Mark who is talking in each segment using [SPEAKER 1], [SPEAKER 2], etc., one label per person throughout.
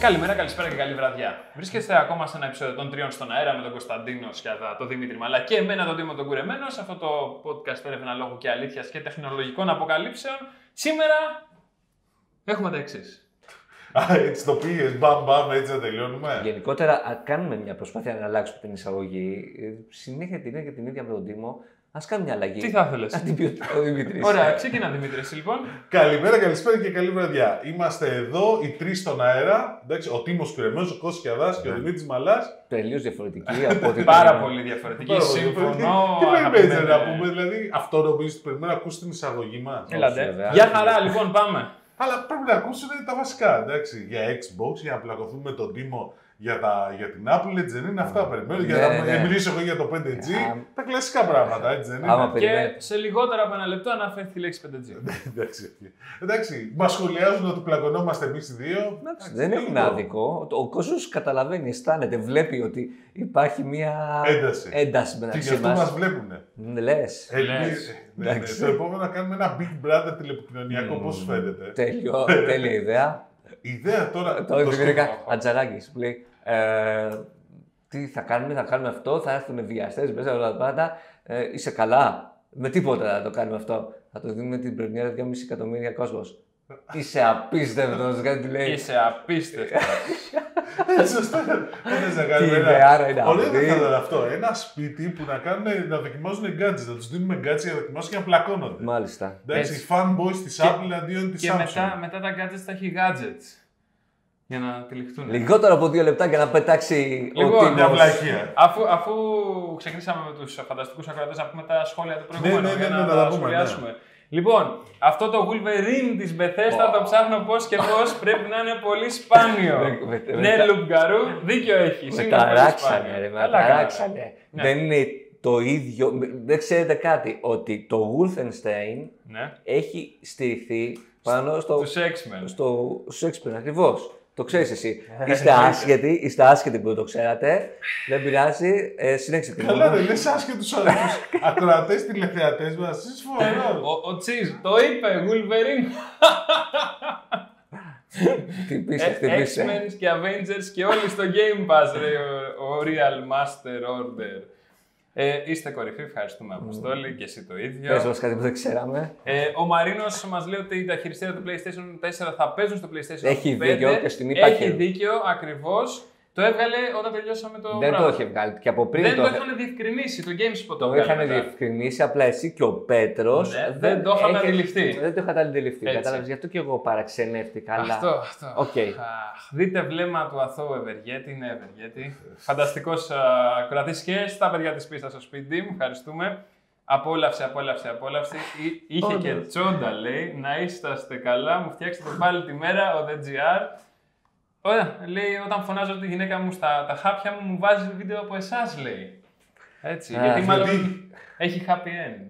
[SPEAKER 1] Καλημέρα, καλησπέρα και καλή βραδιά. Βρίσκεστε ακόμα σε ένα επεισόδιο των Τριών στον Αέρα με τον Κωνσταντίνο Σκιαδά, τον Δημήτρη Μαλά και εμένα τον Δήμο τον Κουρεμένος σε αυτό το podcast έρευνα λόγου και αλήθειας και τεχνολογικών αποκαλύψεων. Σήμερα έχουμε τα εξής.
[SPEAKER 2] Α, έτσι το πήγες, μπαμ μπαμ, έτσι να τελειώνουμε.
[SPEAKER 3] Γενικότερα, α, κάνουμε μια προσπάθεια να αλλάξουμε την εισαγωγή. Ε, Συνέχεια την ίδια και την ίδια με τον Τίμο. Ας κάνουμε μια αλλαγή.
[SPEAKER 1] Τι θα ήθελε.
[SPEAKER 3] Να την πει ο- Ε, ο Δημήτρης.
[SPEAKER 1] Ωραία, ξεκινά Δημήτρης λοιπόν.
[SPEAKER 2] Καλημέρα, καλησπέρα και καλή βραδιά. Είμαστε εδώ, οι τρεις στον αέρα. Εντάξει, ο Τίμος Κουρεμένο, ο Κώστας Κιαδάς και ο
[SPEAKER 3] Ναι.
[SPEAKER 2] Δημήτρης Μαλάς.
[SPEAKER 3] Τελείως διαφορετική από ό,τι.
[SPEAKER 1] Πάρα
[SPEAKER 3] ήταν.
[SPEAKER 1] πολύ διαφορετική.
[SPEAKER 2] Πάρα πολύ
[SPEAKER 1] Συμφωνώ.
[SPEAKER 2] διαφορετική. Τι περιμένετε να
[SPEAKER 1] αγαπημένε.
[SPEAKER 2] πούμε, δηλαδή, αυτό νομίζω ότι περιμένουμε να ακούσει την εισαγωγή μας.
[SPEAKER 3] Όχι,
[SPEAKER 1] Έλατε.
[SPEAKER 3] βέβαια.
[SPEAKER 1] Γεια χαρά, λοιπόν, πάμε.
[SPEAKER 2] Αλλά πρέπει να ακούσετε τα βασικά, εντάξει, για Xbox, για να πλακωθούμε με τον Τίμο για, τα, για την Apple, έτσι δεν είναι αυτά περιμένω. για
[SPEAKER 3] Ναι,
[SPEAKER 2] να
[SPEAKER 3] ναι.
[SPEAKER 2] μιλήσω εγώ για το 5G,
[SPEAKER 3] Α,
[SPEAKER 2] τα κλασικά πράγματα, έτσι δεν είναι.
[SPEAKER 3] Άμα
[SPEAKER 1] Και
[SPEAKER 3] περιμένει.
[SPEAKER 1] σε λιγότερα από ένα λεπτό αναφέρθηκε η λέξη 5G.
[SPEAKER 2] Εντάξει, εντάξει μας σχολιάζουν ότι πλακωνόμαστε εμείς οι δύο. Εντάξει,
[SPEAKER 3] Δεν έχουν
[SPEAKER 2] λίγο.
[SPEAKER 3] άδικο. Ο κόσμος καταλαβαίνει, αισθάνεται, βλέπει ότι υπάρχει μια
[SPEAKER 2] Ένταση.
[SPEAKER 3] ένταση
[SPEAKER 2] Και γι'
[SPEAKER 3] μεταξύ Ναι,
[SPEAKER 2] αυτό Ε, μα
[SPEAKER 3] μα.
[SPEAKER 2] βλέπουν.
[SPEAKER 3] Λε. εντάξει.
[SPEAKER 2] Ναι, Το επόμενο να κάνουμε ένα big brother τηλεπικοινωνιακό, πώς σου φαίνεται.
[SPEAKER 3] Τέλειο, τέλεια ιδέα.
[SPEAKER 2] Η ιδέα τώρα.
[SPEAKER 3] Τώρα δημιουργήκα
[SPEAKER 2] σκέφτομαι.
[SPEAKER 3] Ατζαράκης που λέει ε, τι θα κάνουμε, θα κάνουμε αυτό, θα έρθουν βιαστές μέσα όλα τα πάντα. Ε, είσαι καλά, με τίποτα θα το κάνουμε αυτό. Θα το δίνουμε την πρεμιέρα 2,5 εκατομμύρια κόσμος. Είσαι απίστευτος, κάτι λέει.
[SPEAKER 1] Είσαι απίστευτος.
[SPEAKER 2] Ε, Σωστά. Δεν να
[SPEAKER 3] Τι
[SPEAKER 2] κάνουμε ένα.
[SPEAKER 3] ιδεάρα είναι
[SPEAKER 2] Ωραίο θα
[SPEAKER 3] αυτή.
[SPEAKER 2] ήταν αυτό. Ένα σπίτι που να, κάνουν, να δοκιμάζουν gadgets, να τους δίνουμε gadgets για να δοκιμάσουν και να πλακώνονται.
[SPEAKER 3] Μάλιστα.
[SPEAKER 2] Εντάξει,
[SPEAKER 1] Έτσι.
[SPEAKER 2] οι fanboys της Apple αντίον της
[SPEAKER 1] Και μετά,
[SPEAKER 2] Samsung.
[SPEAKER 1] μετά τα gadgets θα έχει gadgets. Για να τυλιχτούν.
[SPEAKER 3] Λιγότερο από δύο λεπτά για να πετάξει
[SPEAKER 1] Λοιπόν,
[SPEAKER 3] ο
[SPEAKER 2] Μια
[SPEAKER 3] Τίμος.
[SPEAKER 2] βλακεία.
[SPEAKER 1] Αφού, αφού ξεκινήσαμε με τους φανταστικούς ακροατές, να πούμε τα σχόλια του προηγούμενου.
[SPEAKER 2] ναι, ναι,
[SPEAKER 1] για
[SPEAKER 2] ναι,
[SPEAKER 1] να
[SPEAKER 2] να
[SPEAKER 1] τα
[SPEAKER 2] τα πούμε,
[SPEAKER 1] σχολιάσουμε. Λοιπόν, αυτό το Wolverine της Bethesda
[SPEAKER 3] Ω.
[SPEAKER 1] το ψάχνω πώς και πώς πρέπει να είναι πολύ σπάνιο.
[SPEAKER 3] Με- με-
[SPEAKER 1] ναι,
[SPEAKER 3] με-
[SPEAKER 1] Λουμπγκαρού, δίκιο έχει.
[SPEAKER 3] Με ταράξανε, ρε, με ταράξανε.
[SPEAKER 1] Ναι.
[SPEAKER 3] Δεν είναι το ίδιο, δεν ξέρετε κάτι, ότι το Wolfenstein
[SPEAKER 1] Ναι,
[SPEAKER 3] έχει στηριχθεί πάνω στο,
[SPEAKER 1] του X-Men.
[SPEAKER 3] στο Σέξπιρ ακριβώς. Το ξέρεις εσύ.
[SPEAKER 1] Ε,
[SPEAKER 3] Είστε
[SPEAKER 1] ναι.
[SPEAKER 3] άσχετοι, είστε άσχετοι που δεν το ξέρατε. Δεν πειράζει. Ε, συνέχισε την
[SPEAKER 2] Καλά,
[SPEAKER 3] ώρα.
[SPEAKER 2] δεν λες άσχετους ακροατές τηλεθεατές μας. Εσύ φοβερό.
[SPEAKER 1] Ο, ο Τσίζ το είπε, Wolverine.
[SPEAKER 3] Χτυπήστε,
[SPEAKER 1] Ε,
[SPEAKER 3] χτυπήστε.
[SPEAKER 1] X-Men και Avengers και όλοι στο Game Pass, ρε, ο, ο Real Master Order. Ε, είστε κορυφή, ευχαριστούμε Αποστόλη και εσύ το ίδιο.
[SPEAKER 3] Πες μας κάτι που δεν ξέραμε.
[SPEAKER 1] Ε, ο Μαρίνος μας λέει ότι τα χειριστήρια του PlayStation 4 θα παίζουν στο PlayStation
[SPEAKER 3] Έχει
[SPEAKER 1] 5.
[SPEAKER 3] δίκιο και στην είπα
[SPEAKER 1] Έχει
[SPEAKER 3] και-
[SPEAKER 1] δίκιο, ακριβώς. Το έβγαλε όταν τελειώσαμε το.
[SPEAKER 3] δεν το
[SPEAKER 1] βράδυ.
[SPEAKER 3] είχε βγάλει. Και από πριν
[SPEAKER 1] Δεν το
[SPEAKER 3] το,
[SPEAKER 1] είχαν διευκρινίσει. Το GameSpot το
[SPEAKER 3] το
[SPEAKER 1] έβγαλε.
[SPEAKER 3] είχαν
[SPEAKER 1] μετά.
[SPEAKER 3] διευκρινίσει. Απλά εσύ και ο Πέτρος.
[SPEAKER 1] Ναι, δεν το είχαμε αντιληφθεί.
[SPEAKER 3] Δεν το είχατε αντιληφθεί.
[SPEAKER 1] Έτσι.
[SPEAKER 3] Κατάλαβες γι' αυτό και εγώ παραξενεύτηκα. Αλλά...
[SPEAKER 1] Αυτό, αυτό. Αχ,
[SPEAKER 3] Οκ.
[SPEAKER 1] δείτε βλέμμα του αθώου Ευεργέτη, είναι Ευεργέτη. Φανταστικός κρατή και στα παιδιά της πίστας στο σπίτι μου, ευχαριστούμε. Απόλαυση, απόλαυση, απόλαυση. Εί- Είχε και
[SPEAKER 3] Όντως.
[SPEAKER 1] τσόντα, λέει. Να είσαστε καλά, μου φτιάξετε πάλι τη μέρα, ο DGR. Ωραία, λέει, όταν φωνάζω τη γυναίκα μου στα τα χάπια μου, μου βάζει βίντεο από εσάς, λέει. Έτσι,
[SPEAKER 3] Α,
[SPEAKER 1] γιατί
[SPEAKER 3] Ε, γιατί-
[SPEAKER 1] μάλλον έχει happy end.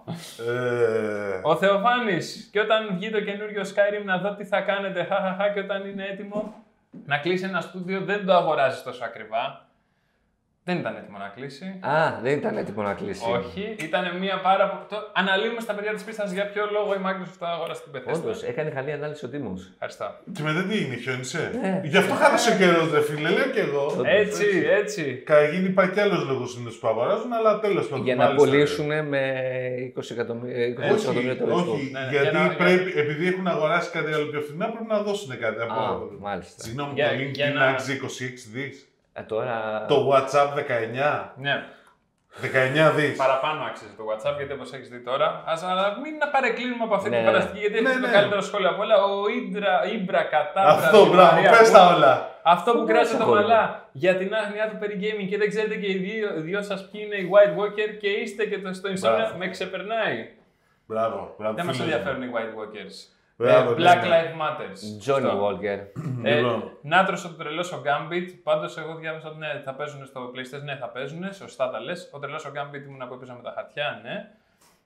[SPEAKER 2] Ε,
[SPEAKER 1] Ο Θεοφάνη, και όταν βγει το καινούριο Skyrim να δω τι θα κάνετε, χαχαχά, και όταν είναι έτοιμο να κλείσει ένα στούντιο, δεν το αγοράζεις τόσο ακριβά. Δεν ήταν έτοιμο να κλείσει.
[SPEAKER 3] Α, δεν ήταν έτοιμο να κλείσει.
[SPEAKER 1] Όχι, ήταν μια πάρα πολύ. Το... Αναλύουμε στα παιδιά της πίστας για ποιο λόγο η Microsoft το αγοράσει την Bethesda.
[SPEAKER 3] Όντως, έκανε καλή ανάλυση ο Τίμος.
[SPEAKER 1] Ευχαριστώ.
[SPEAKER 2] Και μετά τι έγινε, χιόνισε.
[SPEAKER 3] Ναι.
[SPEAKER 2] Γι' αυτό χάθασε ο καιρός, ρε φίλε, λέω κι εγώ.
[SPEAKER 3] Όντως,
[SPEAKER 1] Έτσι, έτσι.
[SPEAKER 2] Καλά, γίνει υπάρχει κι άλλος λόγος συνήθω που αγοράζουν, αλλά τέλος πάντων.
[SPEAKER 3] Για να
[SPEAKER 2] μάλιστα,
[SPEAKER 3] πουλήσουν με 20 εκατομμύρια
[SPEAKER 2] ρε. Όχι,
[SPEAKER 3] το λεπτό.
[SPEAKER 2] όχι
[SPEAKER 1] Ναι, ναι,
[SPEAKER 2] γιατί
[SPEAKER 1] για να-
[SPEAKER 2] πρέπει, επειδή έχουν αγοράσει κάτι άλλο πιο φθηνά, πρέπει να δώσουν κάτι από
[SPEAKER 3] Α,
[SPEAKER 2] άλλο.
[SPEAKER 3] μάλιστα.
[SPEAKER 2] Συγγνώμη,
[SPEAKER 1] Για-
[SPEAKER 2] το link
[SPEAKER 1] για
[SPEAKER 2] είναι
[SPEAKER 1] να-
[SPEAKER 2] άξι 26 δις.
[SPEAKER 3] Ε, τώρα...
[SPEAKER 2] Το WhatsApp 19.
[SPEAKER 1] Ναι,
[SPEAKER 2] 19 δις.
[SPEAKER 1] παραπάνω άξιζε το WhatsApp γιατί όπως έχεις δει τώρα. Ας, αλλά μην να παρεκκλίνουμε από αυτή
[SPEAKER 3] Ναι,
[SPEAKER 1] την
[SPEAKER 3] ναι.
[SPEAKER 1] παραστική γιατί
[SPEAKER 2] Ναι,
[SPEAKER 1] έχεις το
[SPEAKER 2] ναι.
[SPEAKER 1] καλύτερο σχόλιο από όλα. Ο Ήμπρα, Ήμπρα κατά.
[SPEAKER 2] Αυτό, μπράβο, πες τα όλα.
[SPEAKER 1] Αυτό που
[SPEAKER 3] Δεν
[SPEAKER 1] κράτησε το
[SPEAKER 3] ασχολούμαι.
[SPEAKER 1] μαλά για την άγνοιά του περί gaming και δεν ξέρετε και οι δύο, δυο σας ποιοι είναι οι White Walker και είστε και το, στο Insomnia
[SPEAKER 2] Μπράβο.
[SPEAKER 1] με ξεπερνάει.
[SPEAKER 2] Μπράβο, μπράβο.
[SPEAKER 1] Δεν μας
[SPEAKER 2] φίλε.
[SPEAKER 1] ενδιαφέρουν οι White Walkers.
[SPEAKER 2] Μπράβο,
[SPEAKER 1] Ε,
[SPEAKER 2] ναι,
[SPEAKER 1] Black
[SPEAKER 2] ναι.
[SPEAKER 1] Lives Matters.
[SPEAKER 3] Johnny
[SPEAKER 1] Αυτό.
[SPEAKER 3] Walker.
[SPEAKER 1] Ε,
[SPEAKER 2] Λοιπόν.
[SPEAKER 1] Νάτρος ο τρελό ο Gambit. Πάντως, εγώ διάβασα ότι ναι, θα παίζουν στο PlayStation. Ναι, θα παίζουν. Σωστά τα λες. Ο τρελός ο Gambit ήμουν που έπαιζα με τα χαρτιά, ναι.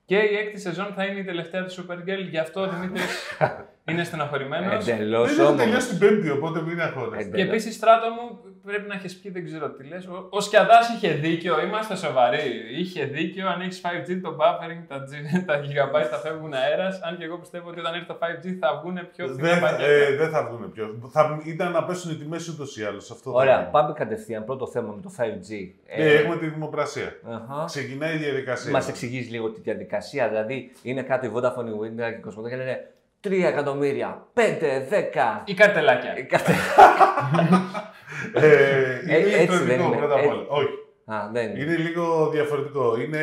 [SPEAKER 1] Και η έκτη σεζόν θα είναι η τελευταία της Supergirl. Γι' αυτό ο Δημήτρης Είναι στενοχωρημένο.
[SPEAKER 3] Εντελώς
[SPEAKER 2] Δεν έχω
[SPEAKER 3] όμως.
[SPEAKER 2] τελειώσει την Πέμπτη, οπότε μην αγχώνεστε.
[SPEAKER 3] Ε,
[SPEAKER 1] Και επίσης, στράτο μου, πρέπει να έχεις πει, δεν ξέρω τι λες. Ο Σκιαδάς είχε δίκιο, είμαστε σοβαροί. Είχε δίκιο, αν έχεις 5G το buffering, τα, G, τα gigabyte θα φεύγουν αέρας. Αν και εγώ πιστεύω ότι όταν έρθει το 5G θα βγουν πιο
[SPEAKER 2] Δεν
[SPEAKER 1] φθηνά
[SPEAKER 2] θα-
[SPEAKER 1] πακέτα.
[SPEAKER 2] ε, δεν θα βγουν πιο. Θα, ήταν να πέσουν οι τιμές ούτως ή άλλως. Αυτό θα
[SPEAKER 3] Ωραία,
[SPEAKER 2] είναι.
[SPEAKER 3] πάμε κατευθείαν. Πρώτο θέμα με το 5G.
[SPEAKER 2] Ε, έχουμε τη δημοπρασία.
[SPEAKER 3] αχα.
[SPEAKER 2] Ξεκινάει η διαδικασία.
[SPEAKER 3] Μας εξηγείς λίγο τη διαδικασία. Δηλαδή, είναι κάτω η Vodafone, η Windows και η Κοσμοτέ και λένε 3 εκατομμύρια, 5, 10.
[SPEAKER 1] Ή καρτελάκια.
[SPEAKER 3] Κάθε...
[SPEAKER 2] Ε, είναι
[SPEAKER 3] Ε, έτσι δεν
[SPEAKER 2] ηλεκτρονικό
[SPEAKER 3] είναι.
[SPEAKER 2] πρώτα απ'
[SPEAKER 3] Ε,
[SPEAKER 2] όλα. Όχι.
[SPEAKER 3] Α, δεν είναι.
[SPEAKER 2] Είναι λίγο διαφορετικό. Είναι...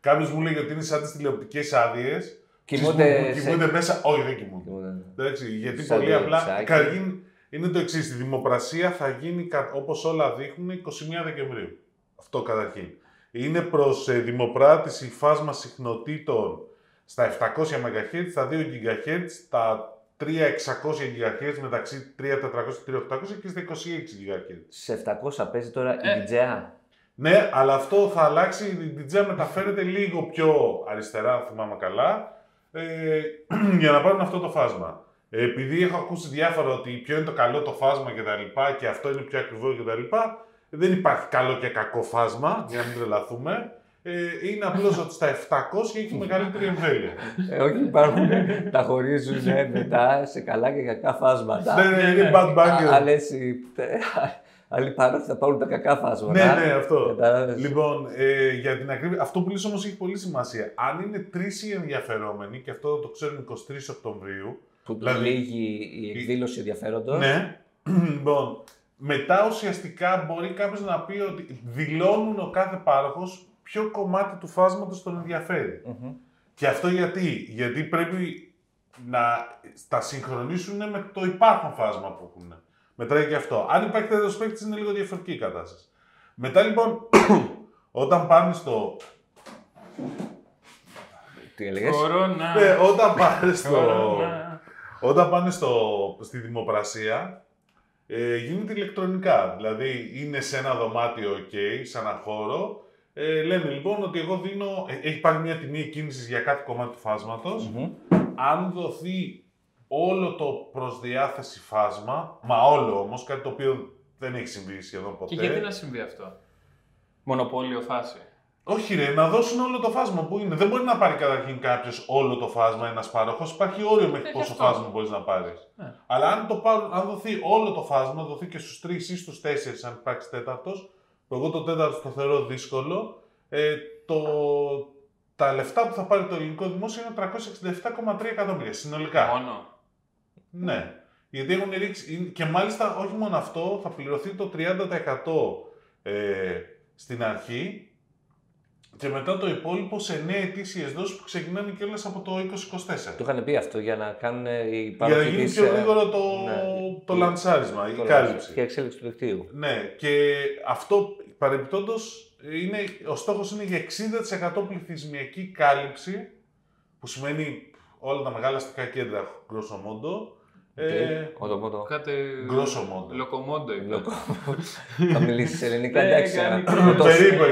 [SPEAKER 2] Κάποιος μου λέει ότι είναι σαν τις τηλεοπτικές άδειες.
[SPEAKER 3] Κοιμούνται. σε-
[SPEAKER 2] Κοιμούνται μέσα. Όχι, δεν κοιμούνται.
[SPEAKER 3] Κοιμούνται.
[SPEAKER 2] Εντάξει, γιατί
[SPEAKER 3] Σαν
[SPEAKER 2] πολύ απλά.
[SPEAKER 3] διεξάκι.
[SPEAKER 2] Καταρχήν είναι το εξής. Η δημοπρασία θα γίνει όπως όλα δείχνουν 21 Δεκεμβρίου. Αυτό καταρχήν. Είναι προς δημοπράτηση φάσμα συχνοτήτων στα 700 MHz, στα 2 GHz, τα 3600 GHz μεταξύ 3400 και 3800 και στα 26 GHz.
[SPEAKER 3] Σε 700 παίζει τώρα
[SPEAKER 1] Ε.
[SPEAKER 3] η DJ.
[SPEAKER 2] Ναι, αλλά αυτό θα αλλάξει. Η DJ μεταφέρεται λίγο πιο αριστερά, αν θυμάμαι καλά, ε, για να πάρουν αυτό το φάσμα. Ε, Επειδή έχω ακούσει διάφορα ότι ποιο είναι το καλό το φάσμα και τα λοιπά και αυτό είναι πιο ακριβό και τα λοιπά, δεν υπάρχει καλό και κακό φάσμα, για να μην τρελαθούμε. Ε, είναι απλώς ότι στα 700 έχει μεγαλύτερη εμβέλεια.
[SPEAKER 3] Ε, όχι, υπάρχουν. τα χωρίζουν ε, μετά σε καλά και κακά φάσματα.
[SPEAKER 2] ναι, ναι, είναι
[SPEAKER 1] ναι.
[SPEAKER 2] bad
[SPEAKER 3] Α,
[SPEAKER 2] banger.
[SPEAKER 3] Αλλά έτσι. τε- Άλλοι παρόχοι θα πάρουν τα κακά φάσματα.
[SPEAKER 2] Ναι, ναι, αυτό.
[SPEAKER 3] Κατάλαβες.
[SPEAKER 2] Λοιπόν, ε, για την ακρίβεια, αυτό που λες όμως έχει πολύ σημασία. Αν είναι τρεις οι ενδιαφερόμενοι, και αυτό το ξέρουν 23 Οκτωβρίου,
[SPEAKER 3] Που του
[SPEAKER 2] δηλαδή-
[SPEAKER 3] λύγει η εκδήλωση ενδιαφέροντος.
[SPEAKER 2] Ναι. λοιπόν, μετά ουσιαστικά μπορεί κάποιος να πει ότι δηλώνουν ο κάθε πάροχος ποιο κομμάτι του φάσματος τον ενδιαφέρει. Και αυτό γιατί, γιατί πρέπει να τα συγχρονίσουν με το υπάρχον φάσμα που έχουν. Μετράει και αυτό. Αν υπάρχει τέτοιος παίκτης, είναι λίγο διαφορετική η κατάσταση. Μετά λοιπόν, όταν πάνε στο.
[SPEAKER 3] Τι έλεγες.
[SPEAKER 1] Κορώνα.
[SPEAKER 2] Ναι, όταν πάνε στο.
[SPEAKER 1] κορώνα.
[SPEAKER 2] Όταν πάνε στο, στη δημοπρασία, ε, γίνεται ηλεκτρονικά. Δηλαδή είναι σε ένα δωμάτιο, OK, σε ένα χώρο. Ε, λέμε λοιπόν ότι εγώ δίνω. ε, Έχει πάρει μια τιμή κίνησης για κάθε κομμάτι του φάσματος. Αν δοθεί όλο το προσδιάθεση φάσμα, μα όλο όμως, κάτι το οποίο δεν έχει συμβεί σχεδόν ποτέ.
[SPEAKER 1] Και γιατί να συμβεί αυτό. Μονοπόλιο φάση.
[SPEAKER 2] Όχι, ρε, να δώσουν όλο το φάσμα που είναι. Δεν μπορεί να πάρει καταρχήν κάποιος όλο το φάσμα, ένας πάροχος. Υπάρχει όριο μέχρι
[SPEAKER 1] Έχει
[SPEAKER 2] πόσο
[SPEAKER 1] αυτό.
[SPEAKER 2] φάσμα μπορείς να πάρεις.
[SPEAKER 1] Ναι.
[SPEAKER 2] Αλλά αν, το πάρουν, αν δοθεί όλο το φάσμα, δοθεί και στους τρεις ή στους τέσσερις, αν υπάρξει τέταρτος, που εγώ το τέταρτο το θεωρώ δύσκολο, ε, το, τα λεφτά που θα πάρει το ελληνικό δημόσιο είναι 367,3 εκατομμύρια συνολικά.
[SPEAKER 1] Μόνο.
[SPEAKER 2] Ναι. Γιατί έχουν ρίξει. Και μάλιστα όχι μόνο αυτό, θα πληρωθεί το 30% ε, στην αρχή και μετά το υπόλοιπο σε 9 ετήσιες δόσεις που ξεκινάνε και από το 2024.
[SPEAKER 3] Το είχαν πει αυτό για να κάνουν οι
[SPEAKER 2] Για να
[SPEAKER 3] παρόχοι
[SPEAKER 2] γίνει
[SPEAKER 3] της,
[SPEAKER 2] πιο
[SPEAKER 3] ε,
[SPEAKER 2] γρήγορα το,
[SPEAKER 3] ναι,
[SPEAKER 2] το λανσάρισμα, η
[SPEAKER 3] το
[SPEAKER 2] κάλυψη.
[SPEAKER 3] Και η εξέλιξη του δικτύου.
[SPEAKER 2] Ναι, και αυτό παρεμπιπτόντως είναι, ο στόχος είναι για 60% πληθυσμιακή κάλυψη, που σημαίνει όλα τα μεγάλα αστικά κέντρα, grosso modo. Ε,
[SPEAKER 3] Οκ, Ότο, ότο.
[SPEAKER 1] Κάτι.
[SPEAKER 2] Grosso modo.
[SPEAKER 1] Λοκομόντο. είπε.
[SPEAKER 3] Λοκο- Θα μιλήσεις ελληνικά,
[SPEAKER 2] Ε,
[SPEAKER 1] Ναι,
[SPEAKER 3] εντάξει.
[SPEAKER 1] κάνει
[SPEAKER 3] αλλά-
[SPEAKER 1] κρύο.
[SPEAKER 3] το-
[SPEAKER 2] Περίπου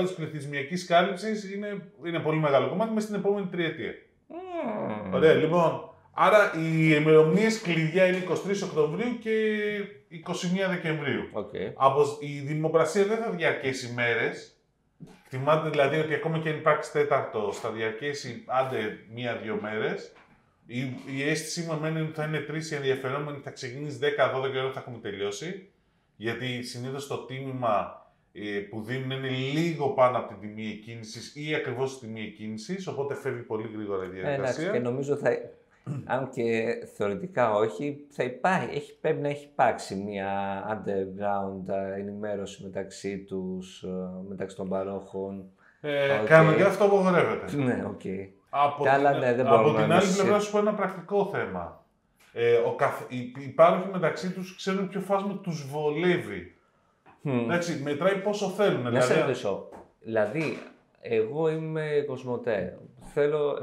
[SPEAKER 2] 60% της πληθυσμιακής κάλυψης είναι, είναι πολύ μεγάλο κομμάτι μέσα στην επόμενη τριετία.
[SPEAKER 3] Μμμ.
[SPEAKER 2] Ωραία, λοιπόν. Άρα οι ημερομηνίες κλειδιά είναι 23 Οκτωβρίου και 21 Δεκεμβρίου.
[SPEAKER 3] Οκ.
[SPEAKER 2] Από, σ- η δημοπρασία δεν θα διαρκέσει μέρες. Θυμάται δηλαδή ότι ακόμα και αν υπάρξει τέταρτο, θα διαρκέσει άντε μία-δύο μέρες. Η, η αίσθησή μου εμένα είναι ότι θα είναι τρεις οι ενδιαφερόμενοι, θα ξεκινήσεις 10-12 ώρα θα έχουμε τελειώσει. Γιατί συνήθως το τίμημα ε, που δίνουν είναι λίγο πάνω από την τιμή εκκίνησης ή ακριβώς τη τιμή εκκίνησης. Οπότε φεύγει πολύ γρήγορα η
[SPEAKER 3] Ε,
[SPEAKER 2] διαδικασία.
[SPEAKER 3] Εντάξει, και νομίζω θα. Αν και θεωρητικά όχι, θα υπάρχει, έχει, πρέπει να έχει υπάρξει μια underground ε, ενημέρωση μεταξύ τους, ε, μεταξύ των παρόχων.
[SPEAKER 2] Ε,
[SPEAKER 3] Οκ.
[SPEAKER 2] Κανονικά αυτό απογορεύεται.
[SPEAKER 3] Ναι, οκ.
[SPEAKER 2] Από
[SPEAKER 3] Τα
[SPEAKER 2] την,
[SPEAKER 3] άλλα, ναι, δεν
[SPEAKER 2] από
[SPEAKER 3] μπορούμε
[SPEAKER 2] την
[SPEAKER 3] να
[SPEAKER 2] άλλη
[SPEAKER 3] εμείς-
[SPEAKER 2] πλευρά σου πω ένα πρακτικό θέμα. Ε, ο καθ... Οι οι πάροχοι μεταξύ τους ξέρουν ποιο φάσμα τους βολεύει.
[SPEAKER 3] Mm. Μμ.
[SPEAKER 2] Εντάξει, μετράει πόσο θέλουν.
[SPEAKER 3] Να σε
[SPEAKER 2] Δηλαδή,
[SPEAKER 3] ρωτήσω. Δηλαδή, εγώ είμαι κοσμοτέ. Θέλω 700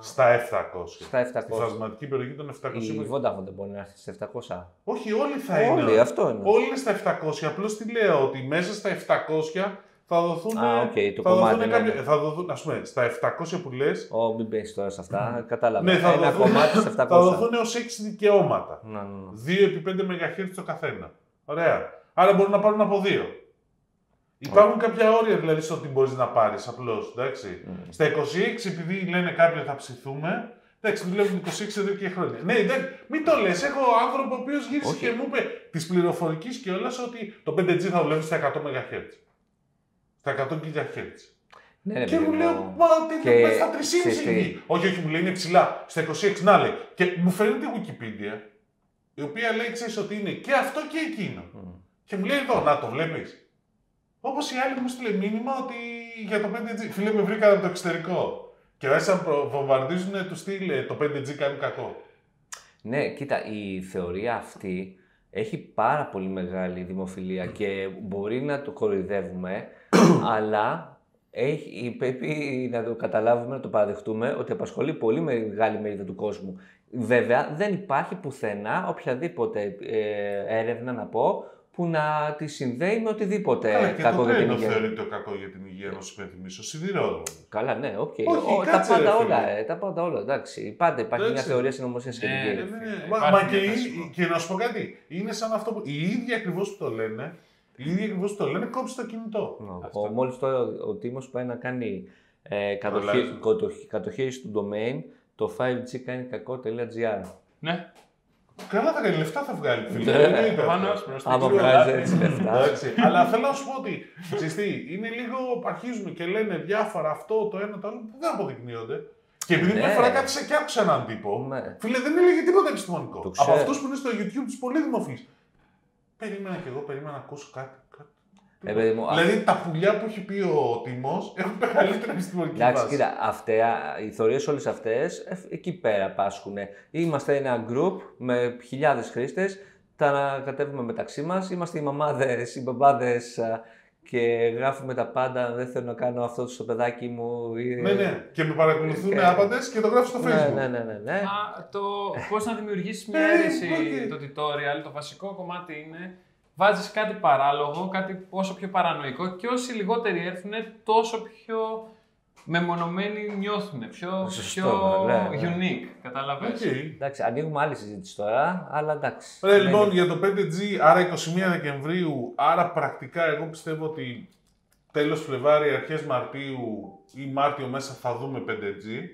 [SPEAKER 2] στα 700.
[SPEAKER 3] στα
[SPEAKER 2] Στη
[SPEAKER 3] 700.
[SPEAKER 2] φασματική περιοχή των 700.
[SPEAKER 3] Η Vodafone δεν μπορεί να έρθει σε 700.
[SPEAKER 2] Όχι, όλοι θα
[SPEAKER 3] Όλοι,
[SPEAKER 2] είναι.
[SPEAKER 3] αυτό είναι.
[SPEAKER 2] Όλοι είναι στα 700. Απλώς τι λέω, ότι μέσα στα 700 θα δοθούν.
[SPEAKER 3] Α, οκ, το
[SPEAKER 2] θα
[SPEAKER 3] κομμάτι,
[SPEAKER 2] δοθούν
[SPEAKER 3] ναι,
[SPEAKER 2] κάποια-
[SPEAKER 3] ναι.
[SPEAKER 2] Θα δοθούν, ας πούμε, στα 700 που λες,
[SPEAKER 3] Ω, μην πέσει τώρα σε αυτά. Κατάλαβα.
[SPEAKER 2] Ναι, θα
[SPEAKER 3] Ένα
[SPEAKER 2] δοθούν-
[SPEAKER 3] κομμάτι σε 700.
[SPEAKER 2] θα δοθούν έω 6 δικαιώματα.
[SPEAKER 3] Να, ναι, ναι.
[SPEAKER 2] 2 επί 5 MHz το καθένα. Ωραία. Άρα μπορούν να πάρουν από 2. Υπάρχουν κάποια όρια δηλαδή στο τι μπορείς να πάρεις απλώς. Εντάξει.
[SPEAKER 3] Μμμ.
[SPEAKER 2] Στα 26, επειδή λένε κάποιοι θα ψηθούμε. Εντάξει, δουλεύουν 26 εδώ και χρόνια. Ναι, εντάξει, μην το λες. Έχω άνθρωπο ο οποίος γύρισε
[SPEAKER 3] Όχι.
[SPEAKER 2] και μου είπε της πληροφορικής και όλας ότι το 5G θα δουλεύει στα 100 MHz. Στα 100 GHz.
[SPEAKER 3] Ναι, ρε,
[SPEAKER 2] Και
[SPEAKER 3] παιδί
[SPEAKER 2] μου λέει,
[SPEAKER 3] μου.
[SPEAKER 2] μα τέτοιο
[SPEAKER 3] Και
[SPEAKER 2] πες στα 3,5
[SPEAKER 3] ξέρεις τι.
[SPEAKER 2] βγει». Όχι, όχι, μου λέει, είναι ψηλά, στα 26, να λέει. Και μου φαίνεται η Wikipedia, η οποία λέει, ξέρεις ότι είναι και αυτό και εκείνο.
[SPEAKER 3] Μμ.
[SPEAKER 2] Και μου λέει, εδώ, να το βλέπεις. Όπως η άλλη μου στείλε μήνυμα ότι για το 5G, φίλε με βρήκανε από το εξωτερικό. Και άρχισαν να προ- βομβαρδίζουν του στυλ, «Ε, το 5G κάνει κακό.
[SPEAKER 3] Ναι, κοίτα, η θεωρία αυτή έχει πάρα πολύ μεγάλη δημοφιλία και μπορεί να το κοροϊδεύουμε, αλλά έχει, πρέπει να το καταλάβουμε, να το παραδεχτούμε ότι απασχολεί πολύ μεγάλη μερίδα του κόσμου. Βέβαια, δεν υπάρχει πουθενά οποιαδήποτε ε, έρευνα να πω που να τη συνδέει με οτιδήποτε
[SPEAKER 2] Καλά, και το
[SPEAKER 3] Ε, κακό για την
[SPEAKER 2] τρένο
[SPEAKER 3] υγεία.
[SPEAKER 2] θεωρείται κακό για την υγεία, να σου υπενθυμίσω. Σιδηρόδρομο.
[SPEAKER 3] Καλά, ναι, οκ.
[SPEAKER 2] Όχι,
[SPEAKER 3] Ο- τα
[SPEAKER 2] κάτσε, ρε,
[SPEAKER 3] πάντα
[SPEAKER 2] φίλε.
[SPEAKER 3] όλα, ε, τα πάντα όλα, εντάξει. Πάντα υπάρχει μια
[SPEAKER 2] Εντάξει.
[SPEAKER 3] θεωρία συνωμοσίας
[SPEAKER 1] Ναι,
[SPEAKER 3] σχετική.
[SPEAKER 1] ρε,
[SPEAKER 2] Ναι, ναι,
[SPEAKER 1] Ε,
[SPEAKER 2] ναι. Μα,
[SPEAKER 1] υπάρχει
[SPEAKER 2] μα
[SPEAKER 1] μια
[SPEAKER 2] και, η-
[SPEAKER 1] τάση που-
[SPEAKER 2] και να σου πω κάτι. Είναι σαν αυτό που. Οι ίδιοι ακριβώς που το λένε, οι ίδιοι ακριβώ που το λένε, κόψει το κινητό.
[SPEAKER 1] Αυτό.
[SPEAKER 3] Ναι, Ο, μόλις τώρα ο, ο Τίμος πάει να κάνει ε, κατοχή,
[SPEAKER 2] Αλλάζει.
[SPEAKER 3] κατοχή, κατοχήρηση του domain, το 5G κάνει κακό.gr.
[SPEAKER 1] Ναι,
[SPEAKER 2] Καλά θα κάνει, λεφτά θα βγάλει. Φίλε.
[SPEAKER 3] Ναι,
[SPEAKER 2] Δεν το είπε
[SPEAKER 1] προφανώς
[SPEAKER 2] αυτό.
[SPEAKER 1] προ
[SPEAKER 3] Άμα
[SPEAKER 2] Λίγο
[SPEAKER 3] βγάζει
[SPEAKER 2] λάθη.
[SPEAKER 3] έτσι λεφτά.
[SPEAKER 2] Εντάξει. Αλλά θέλω να σου πω ότι ξέρεις τι, είναι λίγο. Αρχίζουν και λένε διάφορα αυτό, το ένα, το άλλο που δεν αποδεικνύονται. Και επειδή
[SPEAKER 3] Ναι.
[SPEAKER 2] μια φορά κάτσε και άκουσα έναν τύπο,
[SPEAKER 3] Ναι.
[SPEAKER 2] φίλε δεν έλεγε τίποτα
[SPEAKER 3] Το
[SPEAKER 2] επιστημονικό. Από
[SPEAKER 3] ξέρω.
[SPEAKER 2] αυτούς που είναι στο YouTube τους πολύ δημοφιλείς. Περίμενα και εγώ, περίμενα να ακούσω κάτι. κάτι.
[SPEAKER 3] Ε, παιδί μου, α-
[SPEAKER 2] Δηλαδή τα πουλιά που έχει πει ο Τιμός έχουν μεγαλύτερη επιστημονική
[SPEAKER 3] Εντάξει,
[SPEAKER 2] βάση.
[SPEAKER 3] κοίτα, αυτά, οι θεωρίες όλες αυτές, ε, εκεί πέρα πάσχουν. Είμαστε ένα group με χιλιάδες χρήστες, τα κατέβουμε μεταξύ μας, είμαστε οι μαμάδες, οι μπαμπάδες α, και γράφουμε τα πάντα, δεν θέλω να κάνω αυτό στο παιδάκι μου. ή-
[SPEAKER 2] Ναι, ναι. Και με παρακολουθούν
[SPEAKER 3] Ε,
[SPEAKER 2] άπαντες και το γράφω στο
[SPEAKER 3] Ναι,
[SPEAKER 2] Facebook.
[SPEAKER 3] ναι, ναι, ναι, ναι.
[SPEAKER 1] Α, το πώς να δημιουργήσεις μια
[SPEAKER 2] Ε,
[SPEAKER 1] αίρεση
[SPEAKER 2] όχι.
[SPEAKER 1] το tutorial, το βασικό κομμάτι είναι βάζεις κάτι παράλογο, κάτι όσο πιο παρανοϊκό και όσοι λιγότεροι έρθουν, τόσο πιο μεμονωμένοι νιώθουν, πιο,
[SPEAKER 3] Σωστό,
[SPEAKER 1] πιο
[SPEAKER 3] ναι, ναι.
[SPEAKER 1] unique. Κατάλαβε.
[SPEAKER 2] Οκ.
[SPEAKER 3] Εντάξει, ανοίγουμε άλλη συζήτηση τώρα, αλλά εντάξει.
[SPEAKER 2] Ρε,
[SPEAKER 3] Μένει-
[SPEAKER 2] λοιπόν, για το 5G, άρα 21 Δεκεμβρίου, άρα πρακτικά εγώ πιστεύω ότι τέλος Φλεβάρι, αρχές Μαρτίου ή Μάρτιο μέσα θα δούμε 5G.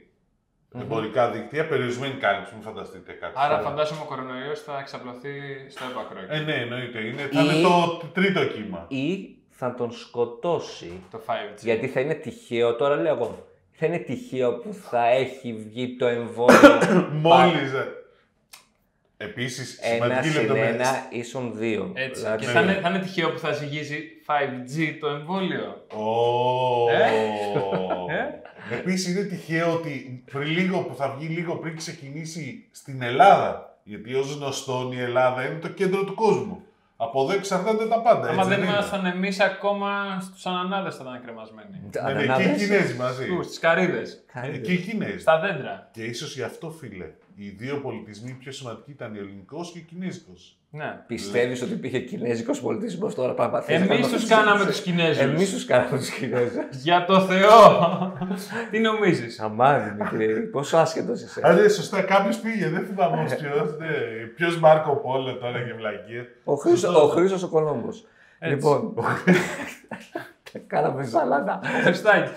[SPEAKER 2] Εμπορικά δίκτυα, περιορισμένη κάλυψη, μην φανταστείτε κάτι.
[SPEAKER 1] Άρα
[SPEAKER 2] άλλο.
[SPEAKER 1] φαντάζομαι ο κορονοϊός θα εξαπλωθεί στο έπακρο. εκεί.
[SPEAKER 2] Ε, ναι, εννοείται. Είναι, θα
[SPEAKER 3] Ή-
[SPEAKER 2] είναι το τρίτο κύμα.
[SPEAKER 3] Ή θα τον σκοτώσει.
[SPEAKER 1] Το 5G.
[SPEAKER 3] Γιατί θα είναι τυχαίο, τώρα λέω εγώ, θα είναι τυχαίο που θα έχει βγει το εμβόλιο
[SPEAKER 2] Μόλις. ε. Επίσης,
[SPEAKER 3] ένα
[SPEAKER 2] σημαντική
[SPEAKER 3] συν
[SPEAKER 2] λεπτομέρεια.
[SPEAKER 3] ένα ίσον δύο.
[SPEAKER 1] Έτσι.
[SPEAKER 3] Δηλαδή,
[SPEAKER 1] Και θα είναι, θα είναι τυχαίο που θα ζυγίζει 5G το εμβόλιο.
[SPEAKER 2] Ω.
[SPEAKER 1] Ε? Ε?
[SPEAKER 2] Επίσης είναι τυχαίο ότι πριν λίγο που θα βγει λίγο πριν ξεκινήσει στην Ελλάδα. Γιατί ω γνωστόν η Ελλάδα είναι το κέντρο του κόσμου. Από εδώ εξαρτάται τα πάντα.
[SPEAKER 1] Άμα
[SPEAKER 2] έτσι
[SPEAKER 1] δεν
[SPEAKER 2] Ναι, είναι.
[SPEAKER 1] ήμασταν εμείς ακόμα στους ανανάδες θα ήταν κρεμασμένοι.
[SPEAKER 3] τα
[SPEAKER 2] Ναι, ναι, και οι
[SPEAKER 3] ανανάδες.
[SPEAKER 2] Κινέζοι μαζί.
[SPEAKER 1] Στις καρίδες.
[SPEAKER 3] Καλύτερα.
[SPEAKER 2] Ε, Και οι Κινέζοι.
[SPEAKER 1] Στα δέντρα.
[SPEAKER 2] Και ίσως γι' αυτό, φίλε, οι δύο πολιτισμοί πιο σημαντικοί ήταν ο ελληνικός και ο κινέζικος.
[SPEAKER 1] Ναι.
[SPEAKER 3] Πιστεύεις ότι υπήρχε κινέζικος πολιτισμός τώρα πράγμα.
[SPEAKER 1] Εμεί του κάναμε τους Κινέζους.
[SPEAKER 3] Ε, Εμείς τους κάναμε τους Κινέζους.
[SPEAKER 1] Για το Θεό! Τι νομίζεις.
[SPEAKER 3] Αμάρι, Μικρή, πόσο άσχετος είσαι.
[SPEAKER 2] Άρα, σωστά, κάποιος πήγε, δεν θυμάμαι όμως ποιος. Ποιος Μάρκο Πόλο τώρα και βλακίε.
[SPEAKER 3] Ο Χρήστος ο, Χρήστος ο Κολόμβος.
[SPEAKER 1] Έτσι.
[SPEAKER 3] Λοιπόν, κάναμε σαλάτα.
[SPEAKER 1] Χριστάκης.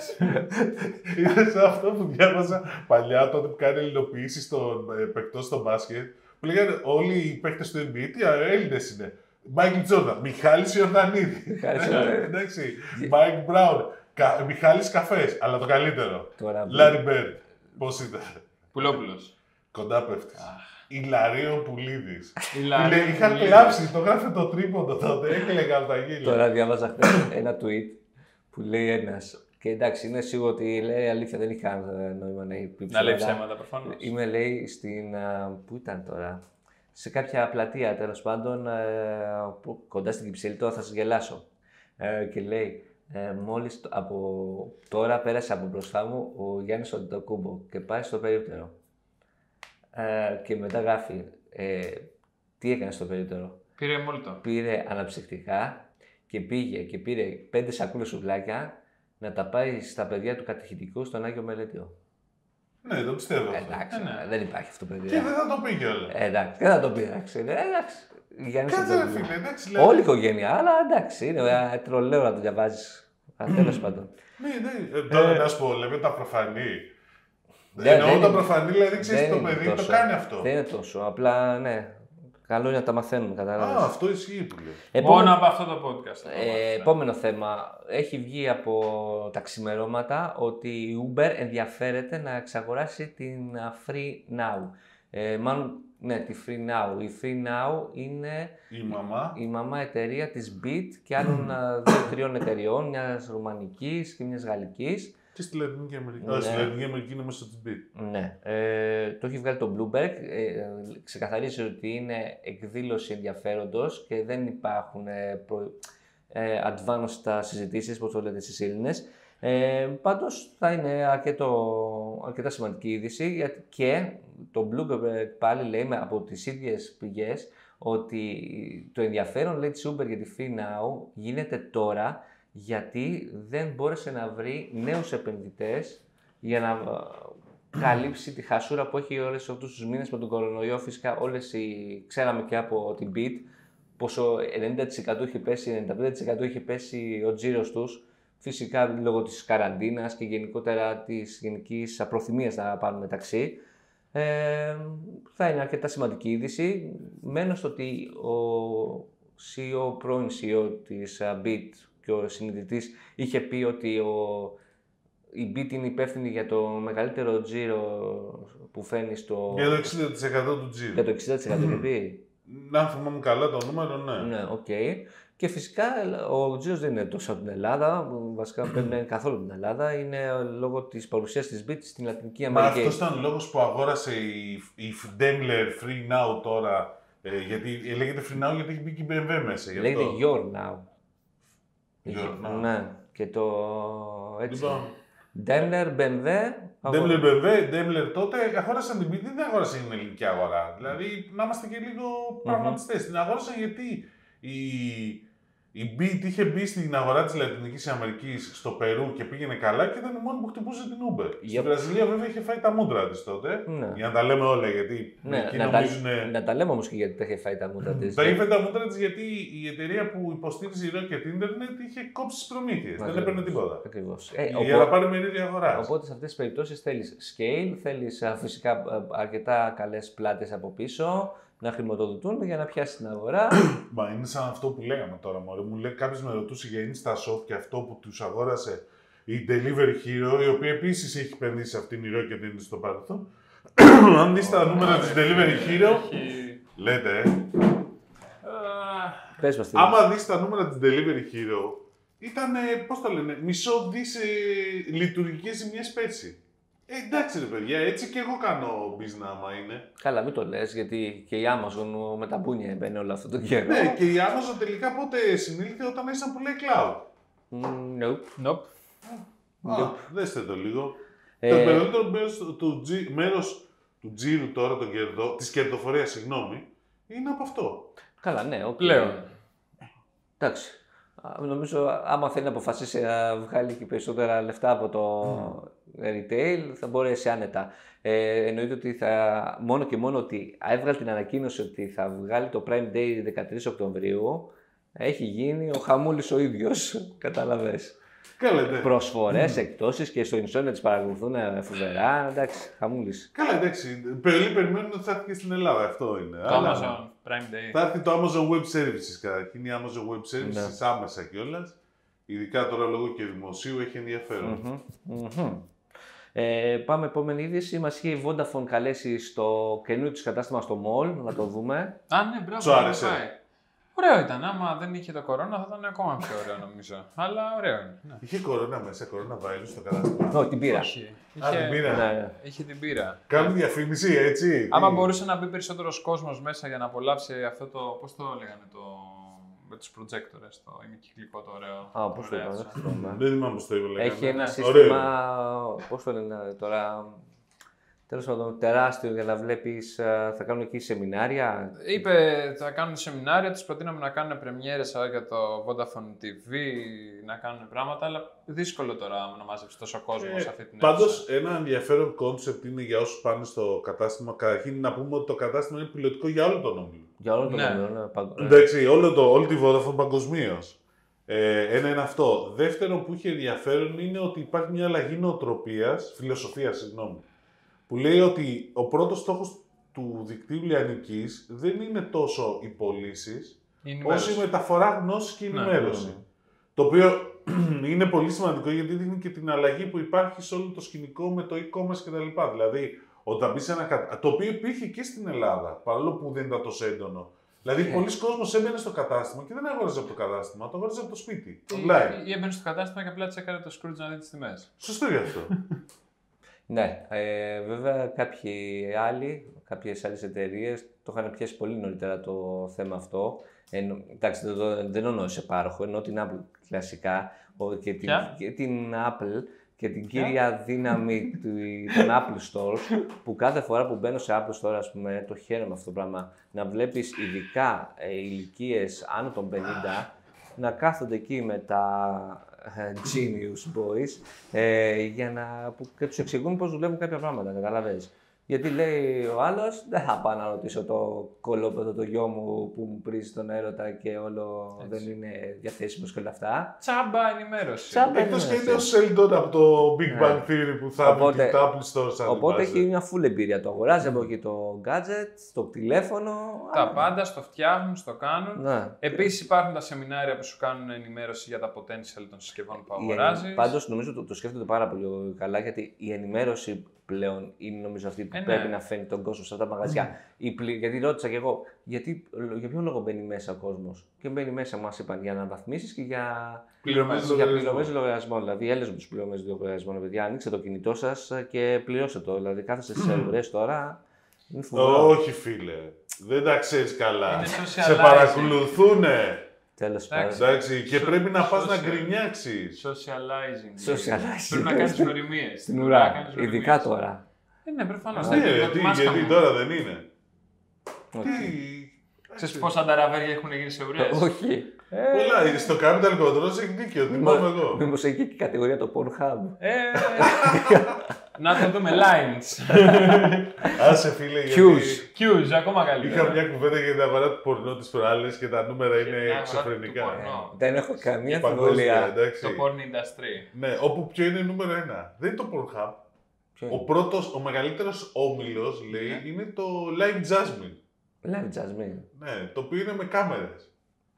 [SPEAKER 2] Είναι σαν αυτό που διάβαζα παλιά τότε που κάνει ελληνοποιήσει στον ε, παικτός στο μπάσκετ. Που λέγανε όλοι οι παίκτες του NBA τι Έλληνες είναι. Μάικλ Τζόρνταν, Μιχάλης Ιορδανίδη. Ε,
[SPEAKER 3] Μιχάλης Ιορδανίδη.
[SPEAKER 2] Εντάξει. Μάικ Μπράουν, Κα... Μιχάλης Καφές. Αλλά το καλύτερο.
[SPEAKER 3] Τώρα
[SPEAKER 2] Λάρι Μπέρντ. Πώς ήταν.
[SPEAKER 1] Πουλόπουλος.
[SPEAKER 2] Κοντά πέφτεις. Ηλαρίο Πουλίδη.
[SPEAKER 1] Ηλαρίο
[SPEAKER 2] Είχα
[SPEAKER 1] Πουλίδης.
[SPEAKER 2] κλάψει, το γράφε το τρίποντο τότε. Έκλαιγα από τα γύλια.
[SPEAKER 3] Τώρα διάβαζα χθες ένα tweet που λέει ένας. Και εντάξει, είναι σίγουρο ότι λέει αλήθεια, δεν είχε κανένα νόημα να πει
[SPEAKER 1] Να λέει
[SPEAKER 3] ψέματα.
[SPEAKER 1] ψέματα προφανώς.
[SPEAKER 3] Είμαι, λέει, στην. α, Πού ήταν τώρα. Σε κάποια πλατεία τέλος πάντων, ε, που- κοντά στην Κυψέλη, τώρα θα σας γελάσω. Ε, και λέει, ε, μόλις από τώρα πέρασε από μπροστά μου ο Γιάννης Αντιτοκούμπο και πάει στο περίπτερο. Ε, και μετά γράφει, ε, τι έκανε στο περίπτερο
[SPEAKER 1] Πήρε μόλτο.
[SPEAKER 3] πήρε αναψυκτικά και πήγε και πήρε πέντε σακούλες σουβλάκια να τα πάει στα παιδιά του κατηχητικού στον Άγιο Μελέτιο.
[SPEAKER 2] Ναι, το πιστεύω. αυτό.
[SPEAKER 3] Εντάξει,
[SPEAKER 1] Ε, ναι.
[SPEAKER 3] δεν υπάρχει αυτό παιδί.
[SPEAKER 2] Και δεν θα το πει κιόλας.
[SPEAKER 3] Ε, εντάξει, δεν θα το πει. Εντάξει, ναι, εντάξει. Γιάννης
[SPEAKER 2] Κάτσε
[SPEAKER 3] δεν
[SPEAKER 2] ρε
[SPEAKER 3] το πει.
[SPEAKER 2] φίλε, εντάξει.
[SPEAKER 3] Όλη η
[SPEAKER 2] Δηλαδή,
[SPEAKER 3] οικογένεια, αλλά εντάξει, είναι ε, τρολέο να το διαβάζεις. Τέλο πάντων.
[SPEAKER 2] ναι, ναι. Ε, Τώρα
[SPEAKER 3] Ε.
[SPEAKER 2] να σου πω, λέμε τα προφανή.
[SPEAKER 3] Δεν- δεν
[SPEAKER 2] Εννοώ τα
[SPEAKER 3] είναι-
[SPEAKER 2] προφανή, δηλαδή ξέρει
[SPEAKER 3] δεν
[SPEAKER 2] το
[SPEAKER 3] είναι
[SPEAKER 2] παιδί το
[SPEAKER 3] τόσο.
[SPEAKER 2] κάνει αυτό.
[SPEAKER 3] Δεν είναι τόσο. Απλά ναι. Καλό είναι να τα μαθαίνουμε,
[SPEAKER 2] Α,
[SPEAKER 3] κατάλαβε.
[SPEAKER 2] αυτό ισχύει που λέω.
[SPEAKER 3] Ε,
[SPEAKER 1] Μόνο από αυτό το podcast. θα το μάθεις, ναι.
[SPEAKER 3] επόμενο θέμα. Έχει βγει από τα ξημερώματα ότι η Uber ενδιαφέρεται να εξαγοράσει την α, Free Now. Ε, μάλλον, ναι, τη Free Now. Η Free Now είναι
[SPEAKER 2] Η μαμά.
[SPEAKER 3] η μαμά εταιρεία της Bit και άλλων α, δύο-τριών εταιριών, μιας ρουμανικής και μιας γαλλικής.
[SPEAKER 2] Και στη Λατινική Αμερική.
[SPEAKER 3] Ναι.
[SPEAKER 2] Α, στη Λατινική Αμερική είναι μέσα στο Tibet.
[SPEAKER 3] Ναι. Ε, το έχει βγάλει το Bloomberg. Ε, ξεκαθαρίζει ότι είναι εκδήλωση ενδιαφέροντος και δεν υπάρχουν ε, προ, ε, advanced συζητήσεις, όπως το λέτε εσείς Έλληνες. Ε, πάντως θα είναι αρκετό, αρκετά σημαντική είδηση γιατί και το Bloomberg πάλι λέει με, από τις ίδιες πηγές ότι το ενδιαφέρον λέει της Uber για τη Free Now γίνεται τώρα γιατί δεν μπόρεσε να βρει νέους επενδυτές για να ε, καλύψει τη χασούρα που έχει όλες αυτούς τους μήνες με τον κορονοϊό. Φυσικά όλες οι... ξέραμε και από την BIT πόσο 90% είχε πέσει, 95% είχε πέσει ο τζίρος τους. Φυσικά λόγω της καραντίνας και γενικότερα της γενικής απροθυμίας να πάρουν ταξί. Ε, θα είναι αρκετά σημαντική είδηση. Μένω στο ότι ο CEO, πρώην CEO της α, BIT και ο συνειδητής είχε πει ότι ο, η BIT είναι υπεύθυνη για το μεγαλύτερο τζίρο που φέρνει στο...
[SPEAKER 2] Για το 60% του
[SPEAKER 3] για
[SPEAKER 2] τζίρου.
[SPEAKER 3] το 60% είχε πει.
[SPEAKER 2] Να θυμάμαι καλά το νούμερο, ναι.
[SPEAKER 3] Ναι, οκ. Και φυσικά ο Τζίρος δεν είναι τόσο από την Ελλάδα. Βασικά δεν είναι καθόλου από την Ελλάδα. Είναι λόγω της παρουσίας της BIT στην Λατινική
[SPEAKER 2] Μα
[SPEAKER 3] Αμερική.
[SPEAKER 2] αυτός ήταν ο λόγος που αγόρασε η, η Daimler Free Now τώρα. ε, γιατί ε, λέγεται Free Now γιατί έχει μπει και η BMW μέσα. γι'
[SPEAKER 3] Λέγεται
[SPEAKER 2] αυτό.
[SPEAKER 3] Your Now.
[SPEAKER 2] Your Now.
[SPEAKER 3] Ναι. Και το έτσι.
[SPEAKER 2] Λοιπόν,
[SPEAKER 3] Daimler, BMW.
[SPEAKER 2] Daimler BMW, Daimler τότε αγόρασαν την BT, δεν αγόρασαν την ελληνική αγορά. Δηλαδή να είμαστε και λίγο πραγματιστές. Την αγόρασαν γιατί η, η BT είχε μπει στην αγορά της Λατινικής Αμερικής στο Περού και πήγαινε καλά και ήταν η μόνη που χτυπούσε την Uber. Στην
[SPEAKER 3] Yep.
[SPEAKER 2] Βραζιλία βέβαια είχε φάει τα μούτρα της τότε.
[SPEAKER 3] Ναι.
[SPEAKER 2] Για να τα λέμε όλα γιατί
[SPEAKER 3] Ναι,
[SPEAKER 2] εκεί
[SPEAKER 3] να, τα,
[SPEAKER 2] νομίζουν.
[SPEAKER 3] να τα λέμε όμως και γιατί τα είχε φάει τα μούτρα της.
[SPEAKER 2] Τα είπε τα μούτρα της γιατί η εταιρεία που υποστήριζε η Rocket Internet είχε κόψει τις προμήθειες. Δεν έπαιρνε τίποτα.
[SPEAKER 3] Ακριβώς.
[SPEAKER 2] για να πάρει μερίδια αγορά.
[SPEAKER 3] Ε, Οπότε σε αυτές τις περιπτώσεις θέλεις scale, θέλεις α, φυσικά α, αρκετά καλές πλάτες από πίσω να χρηματοδοτούν για να πιάσει την αγορά.
[SPEAKER 2] Μα είναι σαν αυτό που λέγαμε τώρα, μωρέ. Μου λέει κάποιος με ρωτούσε για Insta Shop και αυτό που τους αγόρασε η Delivery Hero, η οποία επίσης έχει επενδύσει σε αυτήν η Rocket Internet στο παρελθόν. Αν δεις τα νούμερα της Delivery Hero,
[SPEAKER 1] Έχει- Ε,
[SPEAKER 2] λέτε, ε.
[SPEAKER 1] Α,
[SPEAKER 3] Πες μας τι.
[SPEAKER 2] άμα δεις τα νούμερα της Delivery Hero, ήταν, πώ το λένε, μισό δις ε, λειτουργικέ ζημιές πέρσι. Ε, εντάξει ρε παιδιά, έτσι και εγώ κάνω business άμα είναι.
[SPEAKER 3] Καλά, μην το λες, γιατί και η Amazon με τα μπούνια μπαίνει όλο αυτό το καιρό.
[SPEAKER 2] Ναι, και η Amazon τελικά πότε συνήλθε όταν άρχισαν που λέει cloud.
[SPEAKER 3] Mm, nope.
[SPEAKER 1] Nope.
[SPEAKER 2] Α, δέστε το λίγο.
[SPEAKER 3] Ε,
[SPEAKER 2] Το μεγαλύτερο μέρος του, τζι- μέρος του τζίρου τώρα, των κερδο, της κερδοφορίας, συγγνώμη, είναι από αυτό.
[SPEAKER 3] καλά, ναι, οκ.
[SPEAKER 1] Πλέον.
[SPEAKER 3] Εντάξει. Α, Νομίζω άμα θέλει να αποφασίσει να βγάλει και περισσότερα λεφτά από το Mm. retail, θα μπορέσει άνετα. Ε, εννοείται ότι θα, μόνο και μόνο ότι έβγαλε την ανακοίνωση ότι θα βγάλει το Prime Day 13 Οκτωβρίου, έχει γίνει ο χαμούλης ο ίδιος, καταλαβες. Mm.
[SPEAKER 2] Καλά, εντάξει.
[SPEAKER 3] Προσφορές, εκτόσεις και στο Insomnia τις παρακολουθούν ε, φοβερά, εντάξει, χαμούλης.
[SPEAKER 2] Καλά, εντάξει. Πολλοί περιμένουν ότι θα έρθει και στην Ελλάδα. Αυτό είναι.
[SPEAKER 1] Το Amazon Prime Day.
[SPEAKER 2] Θα έρθει το Amazon Web Services καταρχήν. Η Amazon Web
[SPEAKER 1] Ναι.
[SPEAKER 2] Services άμεσα κιόλας. Ειδικά τώρα λόγω και δημοσίου έχει ενδιαφέρον.
[SPEAKER 3] Μμμ, μμμ. Ε, πάμε επόμενη είδηση. Μας είχε η Vodafone καλέσει στο καινούριο της κατάστημα στο Mall να το δούμε.
[SPEAKER 1] Α, ναι, μπράβο.
[SPEAKER 2] Σου άρεσε.
[SPEAKER 1] πάει. Ωραίο ήταν. Άμα δεν είχε το κορώνα θα ήταν ακόμα πιο ωραίο νομίζω. Αλλά ωραίο είναι. Ναι.
[SPEAKER 2] Είχε κορώνα μέσα, κορώνα virus στο κατάστημα.
[SPEAKER 3] Όχι, την πήρα.
[SPEAKER 1] Όχι.
[SPEAKER 2] Α, την
[SPEAKER 1] Είχε,
[SPEAKER 2] πήρα.
[SPEAKER 3] Ναι, ναι.
[SPEAKER 1] είχε την πύρα.
[SPEAKER 2] Κάνει διαφήμιση, έτσι.
[SPEAKER 1] Άμα
[SPEAKER 3] Ε.
[SPEAKER 2] Τι?
[SPEAKER 1] μπορούσε να μπει περισσότερος κόσμος μέσα για να απολαύσει αυτό το. Πώς το λέγανε το. με τους προτζέκτορε, το ημικυκλικό το ωραίο.
[SPEAKER 3] Α, πώς το
[SPEAKER 1] Ωραία,
[SPEAKER 3] είπα, δεν
[SPEAKER 1] σαν-
[SPEAKER 3] θυμάμαι.
[SPEAKER 2] Ναι. Δεν θυμάμαι πώς το λέγανε.
[SPEAKER 3] Έχει ένα
[SPEAKER 2] Ωραίο.
[SPEAKER 3] σύστημα. Πώς το λένε τώρα. Τέλος πάντων, τεράστιο για να βλέπεις. Θα κάνουν εκεί σεμινάρια.
[SPEAKER 1] Είπε, θα κάνουν σεμινάρια, τους προτείναμε να κάνουν πρεμιέρες για το Vodafone TV, να κάνουν πράγματα, αλλά δύσκολο τώρα να μαζέψει τόσο κόσμο σε αυτή την
[SPEAKER 2] Πάντως,
[SPEAKER 1] αίθουσα.
[SPEAKER 2] Ε, ένα ενδιαφέρον κόνσεπτ είναι για όσους πάνε στο κατάστημα. Καταρχήν να πούμε ότι το κατάστημα είναι πιλωτικό για όλο τον όμιλο.
[SPEAKER 3] Για όλο τον
[SPEAKER 1] Ναι.
[SPEAKER 3] κόσμο. ναι, παγκο- ναι.
[SPEAKER 2] Εντάξει, όλο το, όλη τη Vodafone παγκοσμίως. Ε, ένα είναι αυτό. Δεύτερο που είχε ενδιαφέρον είναι ότι υπάρχει μια αλλαγή νοοτροπίας, φιλοσοφίας, συγγνώμη, που λέει ότι ο πρώτος στόχος του δικτύου λιανικής δεν είναι τόσο οι πωλήσεις,
[SPEAKER 1] Η
[SPEAKER 2] όσο η
[SPEAKER 1] ενημέρωση.
[SPEAKER 2] μεταφορά γνώσης και
[SPEAKER 1] Ναι,
[SPEAKER 2] ενημέρωση.
[SPEAKER 3] ναι, ναι.
[SPEAKER 2] Το οποίο είναι πολύ σημαντικό γιατί δείχνει και την αλλαγή που υπάρχει σε όλο το σκηνικό με το e-commerce κτλ. Δηλαδή, όταν μπεις σε ένα κατάστημα. Το οποίο υπήρχε και στην Ελλάδα, παρόλο που δεν ήταν τόσο έντονο. Δηλαδή,
[SPEAKER 3] Ε.
[SPEAKER 2] πολλοί κόσμοι έμπαινε στο κατάστημα και δεν αγόραζε από το κατάστημα, το αγόραζε από το σπίτι.
[SPEAKER 1] Ε,
[SPEAKER 2] Online.
[SPEAKER 1] Ή έμπαινε στο κατάστημα και απλά τσέκαρε το Scrooge να δει τις τιμές.
[SPEAKER 2] Σωστό γι' αυτό.
[SPEAKER 3] Ναι, ε, βέβαια κάποιοι άλλοι, κάποιες άλλες εταιρείες το είχαν πιάσει πολύ νωρίτερα το θέμα αυτό. Ενώ, εντάξει, δεν, το- δεν εννοώ σε πάροχο, εννοώ την Apple κλασικά ο- και την,
[SPEAKER 1] Ποια?
[SPEAKER 3] και την Apple και την
[SPEAKER 1] Ποια?
[SPEAKER 3] κύρια δύναμη του, των Apple Stores που κάθε φορά που μπαίνω σε Apple Store, ας πούμε, το χαίρομαι αυτό το πράγμα, να βλέπεις ειδικά ε, ηλικίες άνω των 50 να κάθονται εκεί με τα ε, genius boys ε, για να, που, και τους εξηγούν πώς δουλεύουν κάποια πράγματα, καταλαβαίνεις. Γιατί λέει ο άλλος, δεν θα πάω να ρωτήσω το κολόπεδο το γιο μου που μου πρίζει τον έρωτα και όλο
[SPEAKER 1] Έτσι.
[SPEAKER 3] δεν είναι διαθέσιμος και όλα αυτά.
[SPEAKER 1] Τσάμπα ενημέρωση.
[SPEAKER 3] Τσάμπα.
[SPEAKER 2] Εκτός
[SPEAKER 3] Ναι,
[SPEAKER 2] και
[SPEAKER 3] ναι.
[SPEAKER 2] είναι ο Σέλντον από το Big Bang Theory που θα βγει
[SPEAKER 3] Οπότε-
[SPEAKER 2] και τα Apple Store σαν
[SPEAKER 3] Οπότε
[SPEAKER 2] αντιβάζει.
[SPEAKER 3] έχει μια full εμπειρία. Το αγοράζει από εκεί το gadget, το τηλέφωνο.
[SPEAKER 1] Τα
[SPEAKER 3] αλλά-
[SPEAKER 1] πάντα στο φτιάχνουν, στο κάνουν.
[SPEAKER 3] Ναι.
[SPEAKER 1] Επίσης υπάρχουν τα σεμινάρια που σου κάνουν ενημέρωση για τα potential των συσκευών που αγοράζει.
[SPEAKER 3] Πάντως νομίζω το, το σκέφτονται πάρα πολύ καλά γιατί η ενημέρωση πλέον είναι νομίζω αυτή που
[SPEAKER 1] Ε, ναι.
[SPEAKER 3] πρέπει να φέρνει τον κόσμο σε αυτά τα μαγαζιά. Η πλη- Γιατί ρώτησα και εγώ, γιατί, για ποιο λόγο μπαίνει μέσα ο κόσμος. Και μπαίνει μέσα, μα είπαν, για αναβαθμίσει και για
[SPEAKER 2] Πληρωμές
[SPEAKER 3] για
[SPEAKER 2] λογαριασμό.
[SPEAKER 3] πληρωμές λογαριασμών. Δηλαδή, έλεγε με τους πληρωμές λογαριασμών, παιδιά. Ανοίξτε το κινητό σας και πληρώστε το. Δηλαδή, κάθεστε στι αγορέ τώρα. Είναι φοβερό.
[SPEAKER 2] Όχι, φίλε. Δεν τα ξέρεις καλά.
[SPEAKER 1] Είναι
[SPEAKER 2] Σε
[SPEAKER 1] socializing.
[SPEAKER 2] παρακολουθούνε.
[SPEAKER 3] Τέλος
[SPEAKER 1] Εντάξει.
[SPEAKER 3] πάντων.
[SPEAKER 2] Εντάξει, και
[SPEAKER 1] Σο-
[SPEAKER 2] πρέπει να πας να
[SPEAKER 1] social.
[SPEAKER 2] γκρινιάξεις.
[SPEAKER 1] Socializing.
[SPEAKER 3] Socializing.
[SPEAKER 1] Πρέπει να κάνεις γνωριμίε.
[SPEAKER 3] Στην ουρά. Ειδικά τώρα.
[SPEAKER 1] Ε, ναι, προφανώς.
[SPEAKER 2] Ναι, γιατί, γιατί τώρα δεν είναι.
[SPEAKER 3] Όχι.
[SPEAKER 2] Τι.
[SPEAKER 1] Ξέρεις πόσα ταραβέρια έχουν γίνει σε ουρές.
[SPEAKER 3] Όχι.
[SPEAKER 2] Πολλά, Ε, στο Capital Controls έχει δίκιο, τι
[SPEAKER 3] Μα-
[SPEAKER 2] είπαμε εγώ.
[SPEAKER 3] Μήπως έχει και η κατηγορία το Pornhub.
[SPEAKER 1] Ε, να το δούμε. Lines.
[SPEAKER 2] Άσε φίλε, γιατί
[SPEAKER 3] Cues.
[SPEAKER 1] Cues, ακόμα καλύτερα.
[SPEAKER 2] είχα μια κουβέντα για την αγορά του πορνό τις προάλλες και τα νούμερα
[SPEAKER 1] την αγορά
[SPEAKER 2] είναι
[SPEAKER 1] του
[SPEAKER 2] εξωφρενικά.
[SPEAKER 1] Ε, πορνό.
[SPEAKER 3] Δεν έχω καμία
[SPEAKER 2] Παγκόσμια,
[SPEAKER 3] αμφιβολία.
[SPEAKER 2] εντάξει.
[SPEAKER 1] Το porn industry.
[SPEAKER 2] Ναι, όπου ποιο είναι νούμερο ένα. Δεν είναι το Pornhub.
[SPEAKER 3] Ποιο
[SPEAKER 2] Ο
[SPEAKER 3] είναι?
[SPEAKER 2] πρώτος, ο μεγαλύτερος όμιλος, λέει,
[SPEAKER 1] Ναι.
[SPEAKER 2] είναι το Live Jasmine.
[SPEAKER 3] Live Jasmine.
[SPEAKER 2] Ναι, το οποίο είναι με κάμερες.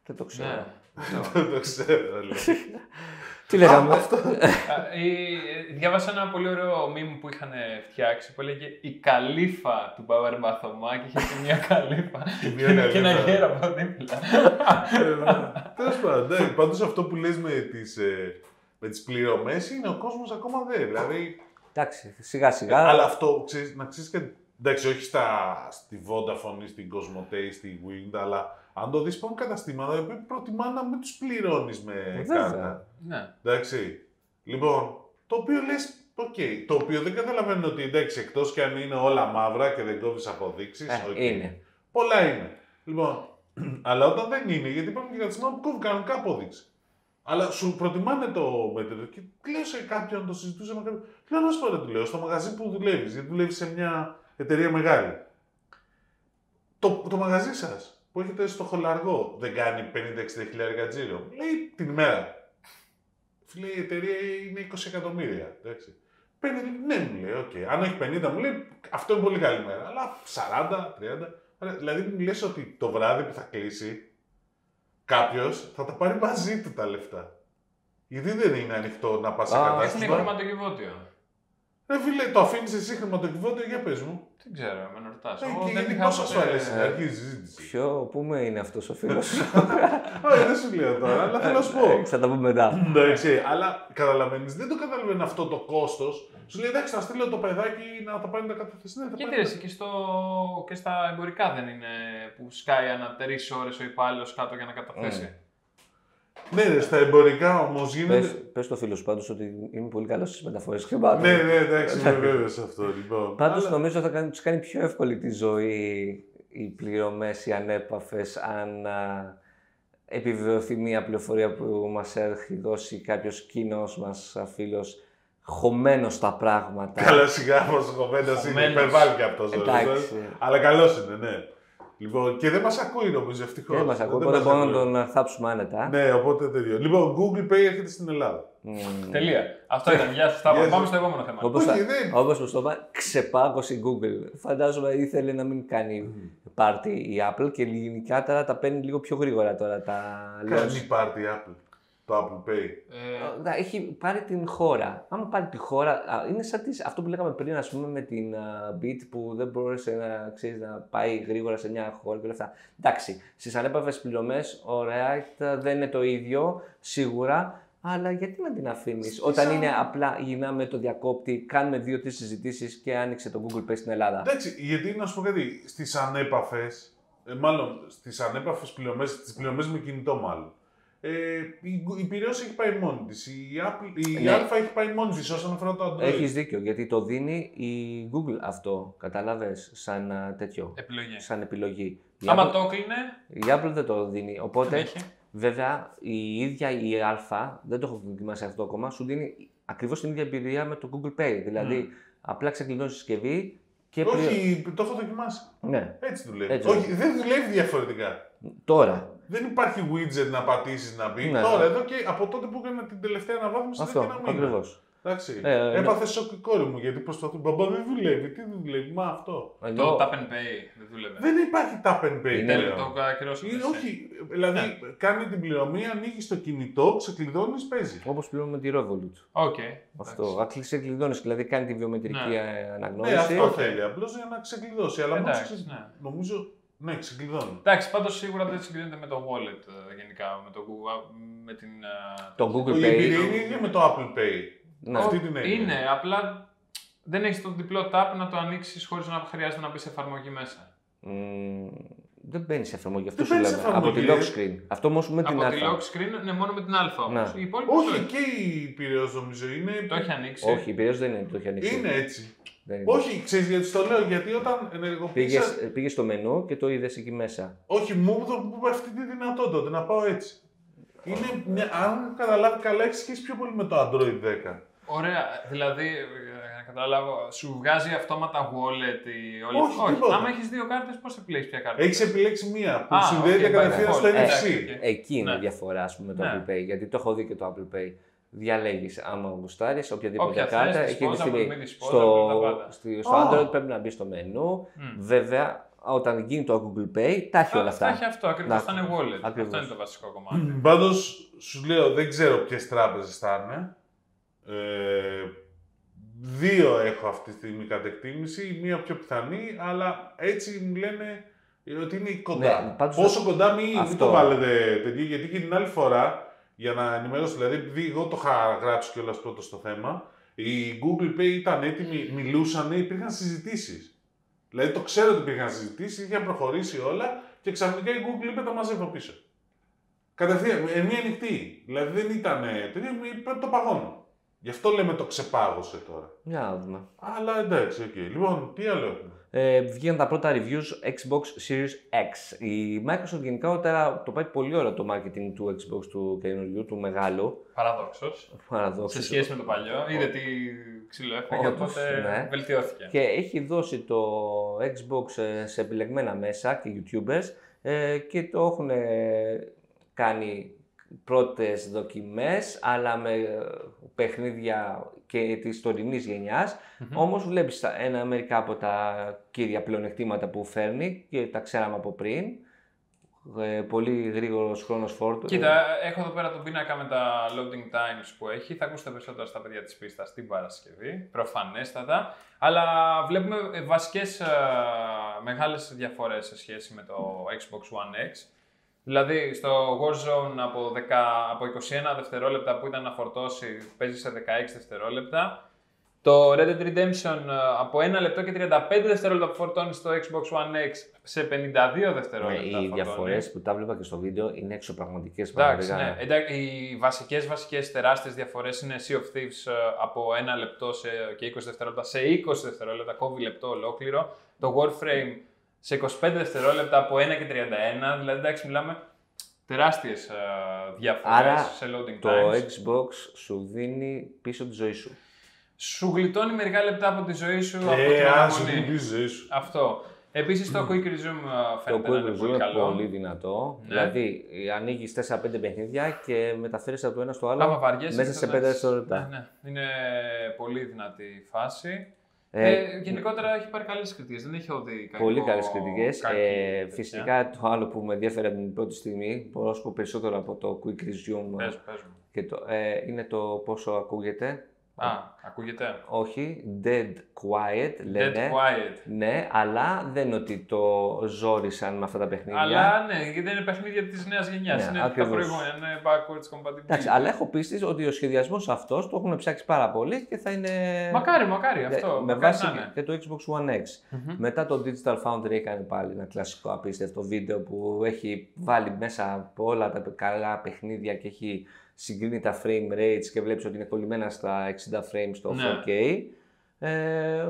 [SPEAKER 3] Δεν το ξέρω.
[SPEAKER 1] Ναι.
[SPEAKER 2] Δεν το ξέρω, δηλαδή. λέει.
[SPEAKER 3] Τι λέγαμε.
[SPEAKER 1] Α, η- ε, Διάβασα ένα πολύ ωραίο meme που είχαν φτιάξει που έλεγε Η καλύφα του Παουέρ Μπαθωμά και είχε και μια καλύφα
[SPEAKER 2] μια
[SPEAKER 1] και ένα
[SPEAKER 2] καλύφα.
[SPEAKER 1] γέρο από δίπλα.
[SPEAKER 2] Ναι. Τέλος πάντων, ναι, πάντως αυτό που λες με τις, ε, με τις πληρωμές είναι ο κόσμος ακόμα δεν. Δηλαδή,
[SPEAKER 3] Εντάξει, σιγά
[SPEAKER 2] Αλλά
[SPEAKER 3] σιγά.
[SPEAKER 2] αυτό, ξέρεις, να ξέρεις κάτι, εντάξει, όχι στα, στη Vodafone ή στην Cosmote ή στη Wind, αλλά αν το δεις υπάρχουν καταστήματα, οι οποίοι προτιμά να μην τους πληρώνεις με
[SPEAKER 3] Βέβαια.
[SPEAKER 2] κάρτα.
[SPEAKER 1] Ναι.
[SPEAKER 2] Εντάξει. Λοιπόν, το οποίο λες, οκ, το οποίο δεν καταλαβαίνω ότι εντάξει, εκτός και αν είναι όλα μαύρα και δεν κόβεις αποδείξεις,
[SPEAKER 3] Ε,
[SPEAKER 2] οκ.
[SPEAKER 3] Είναι.
[SPEAKER 2] Πολλά είναι. Λοιπόν, αλλά όταν δεν είναι, γιατί υπάρχουν και καταστήματα που κόβουν κανονικά απόδειξη. Αλλά σου προτιμάνε το μέτρο και λέω σε κάποιον, το συζητούσα με κάποιον. Λέω να σου πω, ρε, του λέω, στο μαγαζί που δουλεύεις, γιατί δουλεύεις σε μια εταιρεία μεγάλη. Το, το μαγαζί σας που έχετε στο χολαργό δεν κάνει 50-60 χιλιάρικα τζίρο. Μου Λέει την ημέρα. Φίλε, η εταιρεία είναι 20 εκατομμύρια. Εντάξει. Παίρνει, ναι, μου λέει, οκ. Αν έχει 50, μου λέει, αυτό είναι πολύ καλή μέρα. Αλλά 40, 30. Ρε, Δηλαδή μου λες ότι το βράδυ που θα κλείσει, κάποιος θα τα πάρει μαζί του τα λεφτά. Γιατί δεν είναι ανοιχτό να πας σε
[SPEAKER 3] Α,
[SPEAKER 1] Έχουν
[SPEAKER 2] κατάστημα.
[SPEAKER 1] χρηματοκιβώτιο.
[SPEAKER 2] Ρε φίλε, το αφήνεις εσύ χρηματοκιβώτιο για πες μου.
[SPEAKER 1] Δεν ξέρω, με ρωτάς.
[SPEAKER 2] Ε, και γιατί πόσο σου αρέσει να αρχίζει η συζήτηση.
[SPEAKER 3] Ποιο, πού με είναι αυτός ο φίλος.
[SPEAKER 2] Όχι, δεν σου λέω τώρα, αλλά θέλω να σου πω.
[SPEAKER 3] Θα τα πούμε μετά.
[SPEAKER 2] Εντάξει, αλλά καταλαβαίνεις, δεν το καταλαβαίνει αυτό το κόστος. Σου λέει εντάξει, θα στείλω το παιδάκι να τα πάρει να καταθέσει. Ναι, θα
[SPEAKER 1] Γιατί
[SPEAKER 2] πάρει
[SPEAKER 1] ρε,
[SPEAKER 2] τα-
[SPEAKER 1] εσύ και, στο... και στα εμπορικά δεν είναι που σκάει ανά τρεις ώρες ο υπάλληλος κάτω για να καταθέσει.
[SPEAKER 2] Ναι, ρε, στα εμπορικά όμως γίνεται.
[SPEAKER 3] Πες στο φίλο σου πάντως ότι είμαι πολύ καλός στις μεταφορές χρημάτων.
[SPEAKER 2] Ναι, ναι, εντάξει, είμαι βέβαιος αυτό λοιπόν.
[SPEAKER 3] Πάντως
[SPEAKER 2] Αλλά-
[SPEAKER 3] νομίζω θα κάνει, τους κάνει πιο εύκολη τη ζωή οι πληρωμές, οι ανέπαφες, αν α, επιβεβαιωθεί μια πληροφορία που μας έχει δώσει κάποιος κοινό μα φίλος χωμένος στα πράγματα.
[SPEAKER 2] Καλά, σιγά μας κομμένα είναι.
[SPEAKER 1] Χωμένος.
[SPEAKER 2] Υπερβάλλει και αυτός.
[SPEAKER 3] Εντάξει.
[SPEAKER 2] Αλλά καλός είναι, ναι. Λοιπόν, και δεν μας ακούει νομίζω, ευτυχώς.
[SPEAKER 3] Δεν μας ακούει, οπότε μπορούμε να τον α, θάψουμε άνετα.
[SPEAKER 2] Ναι, οπότε τελείω. Λοιπόν, Google Pay έρχεται στην Ελλάδα.
[SPEAKER 3] Μμμ.
[SPEAKER 1] Ε, Τελεία. Αυτό ήταν. Γεια σας.
[SPEAKER 2] Γεια σας.
[SPEAKER 1] Πάμε στο επόμενο θέμα.
[SPEAKER 3] Όπως,
[SPEAKER 2] Όχι,
[SPEAKER 3] θα-
[SPEAKER 2] δεν-
[SPEAKER 3] όπως μας το είπα, ξεπάγωσε η Google. Φαντάζομαι ήθελε να μην κάνει πάρτι η Apple και γενικά τώρα τα παίρνει λίγο πιο γρήγορα τώρα τα
[SPEAKER 2] Κάνει
[SPEAKER 3] launch.
[SPEAKER 2] πάρτι Apple. Το Apple Pay.
[SPEAKER 1] Ε,
[SPEAKER 3] Να, Έχει πάρει την χώρα. Άμα πάρει τη χώρα, α, είναι σαν τις, αυτό που λέγαμε πριν, ας πούμε, με την α, Beat που δεν μπόρεσε να, ξέρεις, να πάει γρήγορα σε μια χώρα και όλα αυτά. Εντάξει, στις ανέπαυες πληρωμές, ωραία, τα- δεν είναι το ίδιο, σίγουρα, αλλά γιατί να την αφήνεις όταν
[SPEAKER 2] σαν-
[SPEAKER 3] είναι απλά γυρνάμε το διακόπτη, κάνουμε δύο-τρει συζητήσεις και άνοιξε το Google Pay στην Ελλάδα.
[SPEAKER 2] Εντάξει, γιατί να σου πω κάτι, στις ανέπαφες, μάλλον στις ανέπαφες πληρωμές, τις πληρωμές με κινητό μάλλον. Ε, η, Γκου- η Πειραιώς έχει πάει μόνη της. Η, Apple, η
[SPEAKER 3] Ναι.
[SPEAKER 2] Α έχει πάει μόνη της όσον αφορά το Android.
[SPEAKER 3] Έχεις δίκιο, γιατί το δίνει η Google αυτό, κατάλαβε, σαν α, τέτοιο.
[SPEAKER 1] επιλογή.
[SPEAKER 3] Σαν επιλογή. Η
[SPEAKER 1] Ε. Άμα Ναι.
[SPEAKER 3] Apple-
[SPEAKER 1] το κλείνε,
[SPEAKER 3] Η Apple δεν το δίνει.
[SPEAKER 1] δεν
[SPEAKER 3] Οπότε,
[SPEAKER 1] έχει.
[SPEAKER 3] βέβαια, η ίδια η Α, δεν το έχω δοκιμάσει αυτό ακόμα, σου δίνει ακριβώς την ίδια εμπειρία με το Google Pay. Δηλαδή, απλά ξεκλειδώνεις συσκευή και πληρω-
[SPEAKER 2] Ναι. Όχι, το έχω δοκιμάσει.
[SPEAKER 3] Ναι,
[SPEAKER 2] Έτσι δουλεύει.
[SPEAKER 3] Έτσι
[SPEAKER 2] Όχι, δεν δουλεύει διαφορετικά.
[SPEAKER 3] τώρα.
[SPEAKER 2] Δεν υπάρχει widget να πατήσεις να μπει.
[SPEAKER 3] Ναι.
[SPEAKER 2] Τώρα εδώ και από τότε που έκανα την τελευταία αναβάθμιση
[SPEAKER 3] Αυτό,
[SPEAKER 2] ήταν και ένα μήνα.
[SPEAKER 3] ακριβώς.
[SPEAKER 2] Εντάξει.
[SPEAKER 3] Ε, ναι.
[SPEAKER 2] Έπαθε σοκ η κόρη μου γιατί προσπαθούν. Μπαμπά δεν δουλεύει. Τι δεν δουλεύει, μα αυτό.
[SPEAKER 1] Το tap and pay δεν δούλευε.
[SPEAKER 2] Δεν υπάρχει tap and pay
[SPEAKER 3] Είναι
[SPEAKER 1] Τέλειο,
[SPEAKER 2] πλέον.
[SPEAKER 1] το ακυρώσαμε.
[SPEAKER 2] Είναι, όχι,
[SPEAKER 1] ε,
[SPEAKER 2] δηλαδή
[SPEAKER 1] ναι.
[SPEAKER 2] κάνει την πληρωμή, ανοίγεις το κινητό, ξεκλειδώνεις, παίζει.
[SPEAKER 3] Όπως πληρώνουμε τη Revolut.
[SPEAKER 1] Οκ.
[SPEAKER 3] Αυτό. Άκλεισε κλειδώνει, δηλαδή κάνει τη βιομετρική
[SPEAKER 1] Ναι.
[SPEAKER 3] ε, αναγνώριση.
[SPEAKER 2] Ναι, αυτό
[SPEAKER 1] οκ.
[SPEAKER 2] θέλει. Απλώς για να ξεκλειδώσει. Αλλά μόνο
[SPEAKER 1] Εντάξει,
[SPEAKER 2] ξεκλειδώνει.
[SPEAKER 1] ναι.
[SPEAKER 2] Νομίζω, ναι, ξεκλειδώνει.
[SPEAKER 1] Εντάξει, πάντως σίγουρα δεν συγκρίνεται με το wallet ε, γενικά, με το Google, με την... ε,
[SPEAKER 3] Το Google
[SPEAKER 2] Η
[SPEAKER 3] Pay.
[SPEAKER 2] εμπειρία είναι ίδια με το Apple Pay.
[SPEAKER 3] Ναι.
[SPEAKER 2] Αυτή την έννοια.
[SPEAKER 1] Είναι, απλά δεν έχεις το διπλό tap να το ανοίξεις χωρίς να χρειάζεται να μπεις εφαρμογή μέσα.
[SPEAKER 3] Μμμ, δεν μπαίνει σε εφαρμογή. Αυτό σου
[SPEAKER 2] μπαίνει σε
[SPEAKER 3] λέμε. Από τη
[SPEAKER 2] εφαρμογή.
[SPEAKER 3] lock screen. Αυτό όμως με την
[SPEAKER 1] Από τη
[SPEAKER 3] Α.
[SPEAKER 1] lock screen, ναι, μόνο με την α όμως.
[SPEAKER 3] Ναι.
[SPEAKER 1] Η υπόλοιπη
[SPEAKER 2] Όχι,
[SPEAKER 1] το-
[SPEAKER 2] και η Πειραιώς νομίζω είναι.
[SPEAKER 1] το έχει ανοίξει.
[SPEAKER 3] Όχι, η Πειραιώς δεν είναι το έχει ανοίξει.
[SPEAKER 2] Είναι έτσι.
[SPEAKER 3] Δεν είναι.
[SPEAKER 2] Όχι, ξέρεις γιατί στο λέω, γιατί όταν ναι, ενεργοποίησα.
[SPEAKER 3] Ναι. Πήγες, πήγες στο μενού και το είδες εκεί μέσα.
[SPEAKER 2] Όχι, μου το μου είπε αυτή τη δυνατότητα να πάω έτσι. Είναι μια, αν καταλάβει καλά, έχεις σχέση πιο πολύ με το Android 10.
[SPEAKER 1] Ωραία, δηλαδή, ε, να καταλάβω, σου βγάζει αυτόματα wallet ή όλη
[SPEAKER 2] Όχι, τίποτα.
[SPEAKER 1] άμα έχεις δύο κάρτες, πώς επιλέγεις ποια κάρτα.
[SPEAKER 2] Έχεις επιλέξει μία που
[SPEAKER 1] Α,
[SPEAKER 2] συνδέεται
[SPEAKER 1] οκ,
[SPEAKER 2] κατευθείαν
[SPEAKER 1] πάει,
[SPEAKER 2] στο E.
[SPEAKER 1] πάει.
[SPEAKER 2] NFC.
[SPEAKER 1] Εντάξει, οκ.
[SPEAKER 3] Εκεί είναι
[SPEAKER 1] Ναι.
[SPEAKER 3] η διαφορά ας πούμε, με το
[SPEAKER 1] Ναι.
[SPEAKER 3] Apple Pay. Γιατί το έχω δει και το Apple Pay. Διαλέγεις άμα γουστάρεις οποιαδήποτε
[SPEAKER 1] Όποια θες,
[SPEAKER 3] κάρτα.
[SPEAKER 1] τη
[SPEAKER 3] εκείνη τη
[SPEAKER 1] σπόζα,
[SPEAKER 3] στιγμή
[SPEAKER 1] μπορείς να τη σπόζα, μπορεί να τα
[SPEAKER 3] στο,
[SPEAKER 1] πάντα.
[SPEAKER 3] στη- στο
[SPEAKER 2] Α.
[SPEAKER 3] Android πρέπει να μπεις στο μενού.
[SPEAKER 1] Μμ.
[SPEAKER 3] Βέβαια, όταν γίνει το Google Pay, τα έχει όλα
[SPEAKER 1] Θα έχει
[SPEAKER 3] αυτά.
[SPEAKER 1] αυτό, ακριβώς
[SPEAKER 3] Να.
[SPEAKER 1] θα είναι wallet.
[SPEAKER 3] Ακριβώς.
[SPEAKER 1] Αυτό είναι το βασικό κομμάτι.
[SPEAKER 2] Πάντως, σου λέω, δεν ξέρω ποιες τράπεζες θα είναι. Ε, δύο έχω αυτή τη στιγμή κατ' εκτίμηση, η μία πιο πιθανή, αλλά έτσι μου λένε ότι είναι κοντά.
[SPEAKER 3] Ναι, πάντως-
[SPEAKER 2] Πόσο κοντά μην, μην
[SPEAKER 3] Αυτό.
[SPEAKER 2] το βάλετε τέτοιο, γιατί και την άλλη φορά, για να ενημερώσω, δηλαδή, επειδή εγώ το είχα γράψει κιόλας πρώτος στο θέμα, η Google Pay ήταν έτοιμη, μιλούσαν, υπήρχαν συζητήσεις. Δηλαδή το ξέρω ότι υπήρχαν συζητήσεις, είχαν προχωρήσει όλα και ξαφνικά η Google είπε τα μαζεύω πίσω. Κατευθείαν, ε, μία ανοιχτή. Δηλαδή δεν ήταν ε, τέτοιο, μη- πρέπει το παγώνω. Γι' αυτό λέμε το ξεπάγωσε τώρα.
[SPEAKER 3] Για να δούμε.
[SPEAKER 2] Αλλά εντάξει, οκ. Λοιπόν, τι άλλο έχουμε.
[SPEAKER 3] Ε, βγήκαν τα πρώτα reviews Xbox Series X. Η Microsoft γενικά το πάει πολύ ωραία το marketing του Xbox του καινούριου, του μεγάλου.
[SPEAKER 1] Παραδόξως. Σε
[SPEAKER 3] Παραδόξως.
[SPEAKER 1] σχέση με το παλιό, είδε τι ξύλο έφαγε,
[SPEAKER 3] Όντως,
[SPEAKER 1] οπότε
[SPEAKER 3] ναι.
[SPEAKER 1] βελτιώθηκε.
[SPEAKER 3] Και έχει δώσει το Xbox ε, σε επιλεγμένα μέσα και YouTubers ε, και το έχουν ε, κάνει πρώτες δοκιμές, αλλά με ε, παιχνίδια και της τωρινής γενιάς.
[SPEAKER 1] Μμμ.
[SPEAKER 3] Όμως βλέπεις τα- ένα, μερικά από τα κύρια πλεονεκτήματα που φέρνει και τα ξέραμε από πριν. Ε, πολύ γρήγορος χρόνος φόρτου.
[SPEAKER 1] Κοίτα, έχω εδώ πέρα τον πίνακα με τα loading times που έχει. Θα ακούσετε περισσότερα στα παιδιά της πίστας την Παρασκευή, προφανέστατα. Αλλά βλέπουμε ε, βασικές μεγάλες διαφορές σε σχέση με το Xbox One X. Δηλαδή, στο Warzone από, 10, από 21 δευτερόλεπτα που ήταν να φορτώσει, παίζει σε 16 δευτερόλεπτα. Το Red Dead Redemption ε, από 1 λεπτό και 35 δευτερόλεπτα που φορτώνει στο Xbox One X σε 52
[SPEAKER 3] Ναι,
[SPEAKER 1] δευτερόλεπτα.
[SPEAKER 3] οι
[SPEAKER 1] φορτώνει.
[SPEAKER 3] διαφορές που τα βλέπα και στο βίντεο είναι εξωπραγματικές.
[SPEAKER 1] Εντάξει, ναι. Εντάξει, οι βασικές βασικές τεράστιες διαφορές είναι Sea of Thieves ε, από 1 λεπτό σε, και 20 δευτερόλεπτα σε 20 δευτερόλεπτα, κόβει λεπτό ολόκληρο. Το Warframe σε 25 δευτερόλεπτα από 1 και 31, δηλαδή εντάξει μιλάμε τεράστιες ε, διαφορές
[SPEAKER 3] Άρα,
[SPEAKER 1] σε loading
[SPEAKER 3] Το
[SPEAKER 1] times.
[SPEAKER 3] Xbox σου δίνει πίσω τη ζωή σου.
[SPEAKER 1] Σου γλιτώνει μερικά λεπτά από τη ζωή σου, από την
[SPEAKER 2] Ε, άσε
[SPEAKER 1] αναμονή.
[SPEAKER 2] την τη ζωή σου.
[SPEAKER 1] Αυτό. Επίσης το Quick Resume ε,
[SPEAKER 3] Το
[SPEAKER 1] φαίνεται να είναι πολύ
[SPEAKER 3] Google Zoom είναι
[SPEAKER 1] καλό.
[SPEAKER 3] πολύ δυνατό.
[SPEAKER 1] Ναι.
[SPEAKER 3] Δηλαδή, ανοίγεις 4-5 παιχνίδια και μεταφέρεις από το ένα στο άλλο
[SPEAKER 1] Άμα βαριέσαι,
[SPEAKER 3] μέσα σε
[SPEAKER 1] θα
[SPEAKER 3] 5
[SPEAKER 1] τα-
[SPEAKER 3] δευτερόλεπτα.
[SPEAKER 1] Ναι, ναι. Είναι πολύ δυνατή η φάση.
[SPEAKER 3] Ε,
[SPEAKER 1] Ε, γενικότερα έχει πάρει καλές κριτικές. Δεν έχει όδη κακό.
[SPEAKER 3] Πολύ καλές κριτικές.
[SPEAKER 1] κακή
[SPEAKER 3] Ε,
[SPEAKER 1] τέτοια.
[SPEAKER 3] φυσικά το άλλο που με ενδιαφέρει από την πρώτη στιγμή, μπορώ να σου πω περισσότερο από το Quick Resume
[SPEAKER 1] Πες, πες μου.
[SPEAKER 3] και το, ε, είναι το πόσο ακούγεται.
[SPEAKER 1] Α, ακούγεται.
[SPEAKER 3] Όχι, dead quiet λένε.
[SPEAKER 1] Dead Quiet.
[SPEAKER 3] Ναι, αλλά δεν είναι ότι το ζόρισαν με αυτά τα παιχνίδια.
[SPEAKER 1] Αλλά ναι, γιατί δεν είναι παιχνίδια της νέας γενιάς.
[SPEAKER 3] Ναι,
[SPEAKER 1] είναι τα
[SPEAKER 3] ακριβώς.
[SPEAKER 1] προηγούμενα. Είναι backwards compatibility.
[SPEAKER 3] Εντάξει, αλλά έχω πίστη ότι ο σχεδιασμός αυτός το έχουν ψάξει πάρα πολύ και θα είναι.
[SPEAKER 1] Μακάρι, μακάρι
[SPEAKER 3] Ε,
[SPEAKER 1] αυτό.
[SPEAKER 3] με
[SPEAKER 1] μακάρι
[SPEAKER 3] βάση
[SPEAKER 1] να είναι.
[SPEAKER 3] και το Xbox One X.
[SPEAKER 1] Μμμ.
[SPEAKER 3] Μετά το Digital Foundry έκανε πάλι ένα κλασικό απίστευτο βίντεο που έχει βάλει μέσα από όλα τα καλά παιχνίδια και έχει συγκρίνει τα frame rates και βλέπεις ότι είναι κολλημένα στα 60 frames στο
[SPEAKER 1] Ναι.
[SPEAKER 3] 4K. Ε,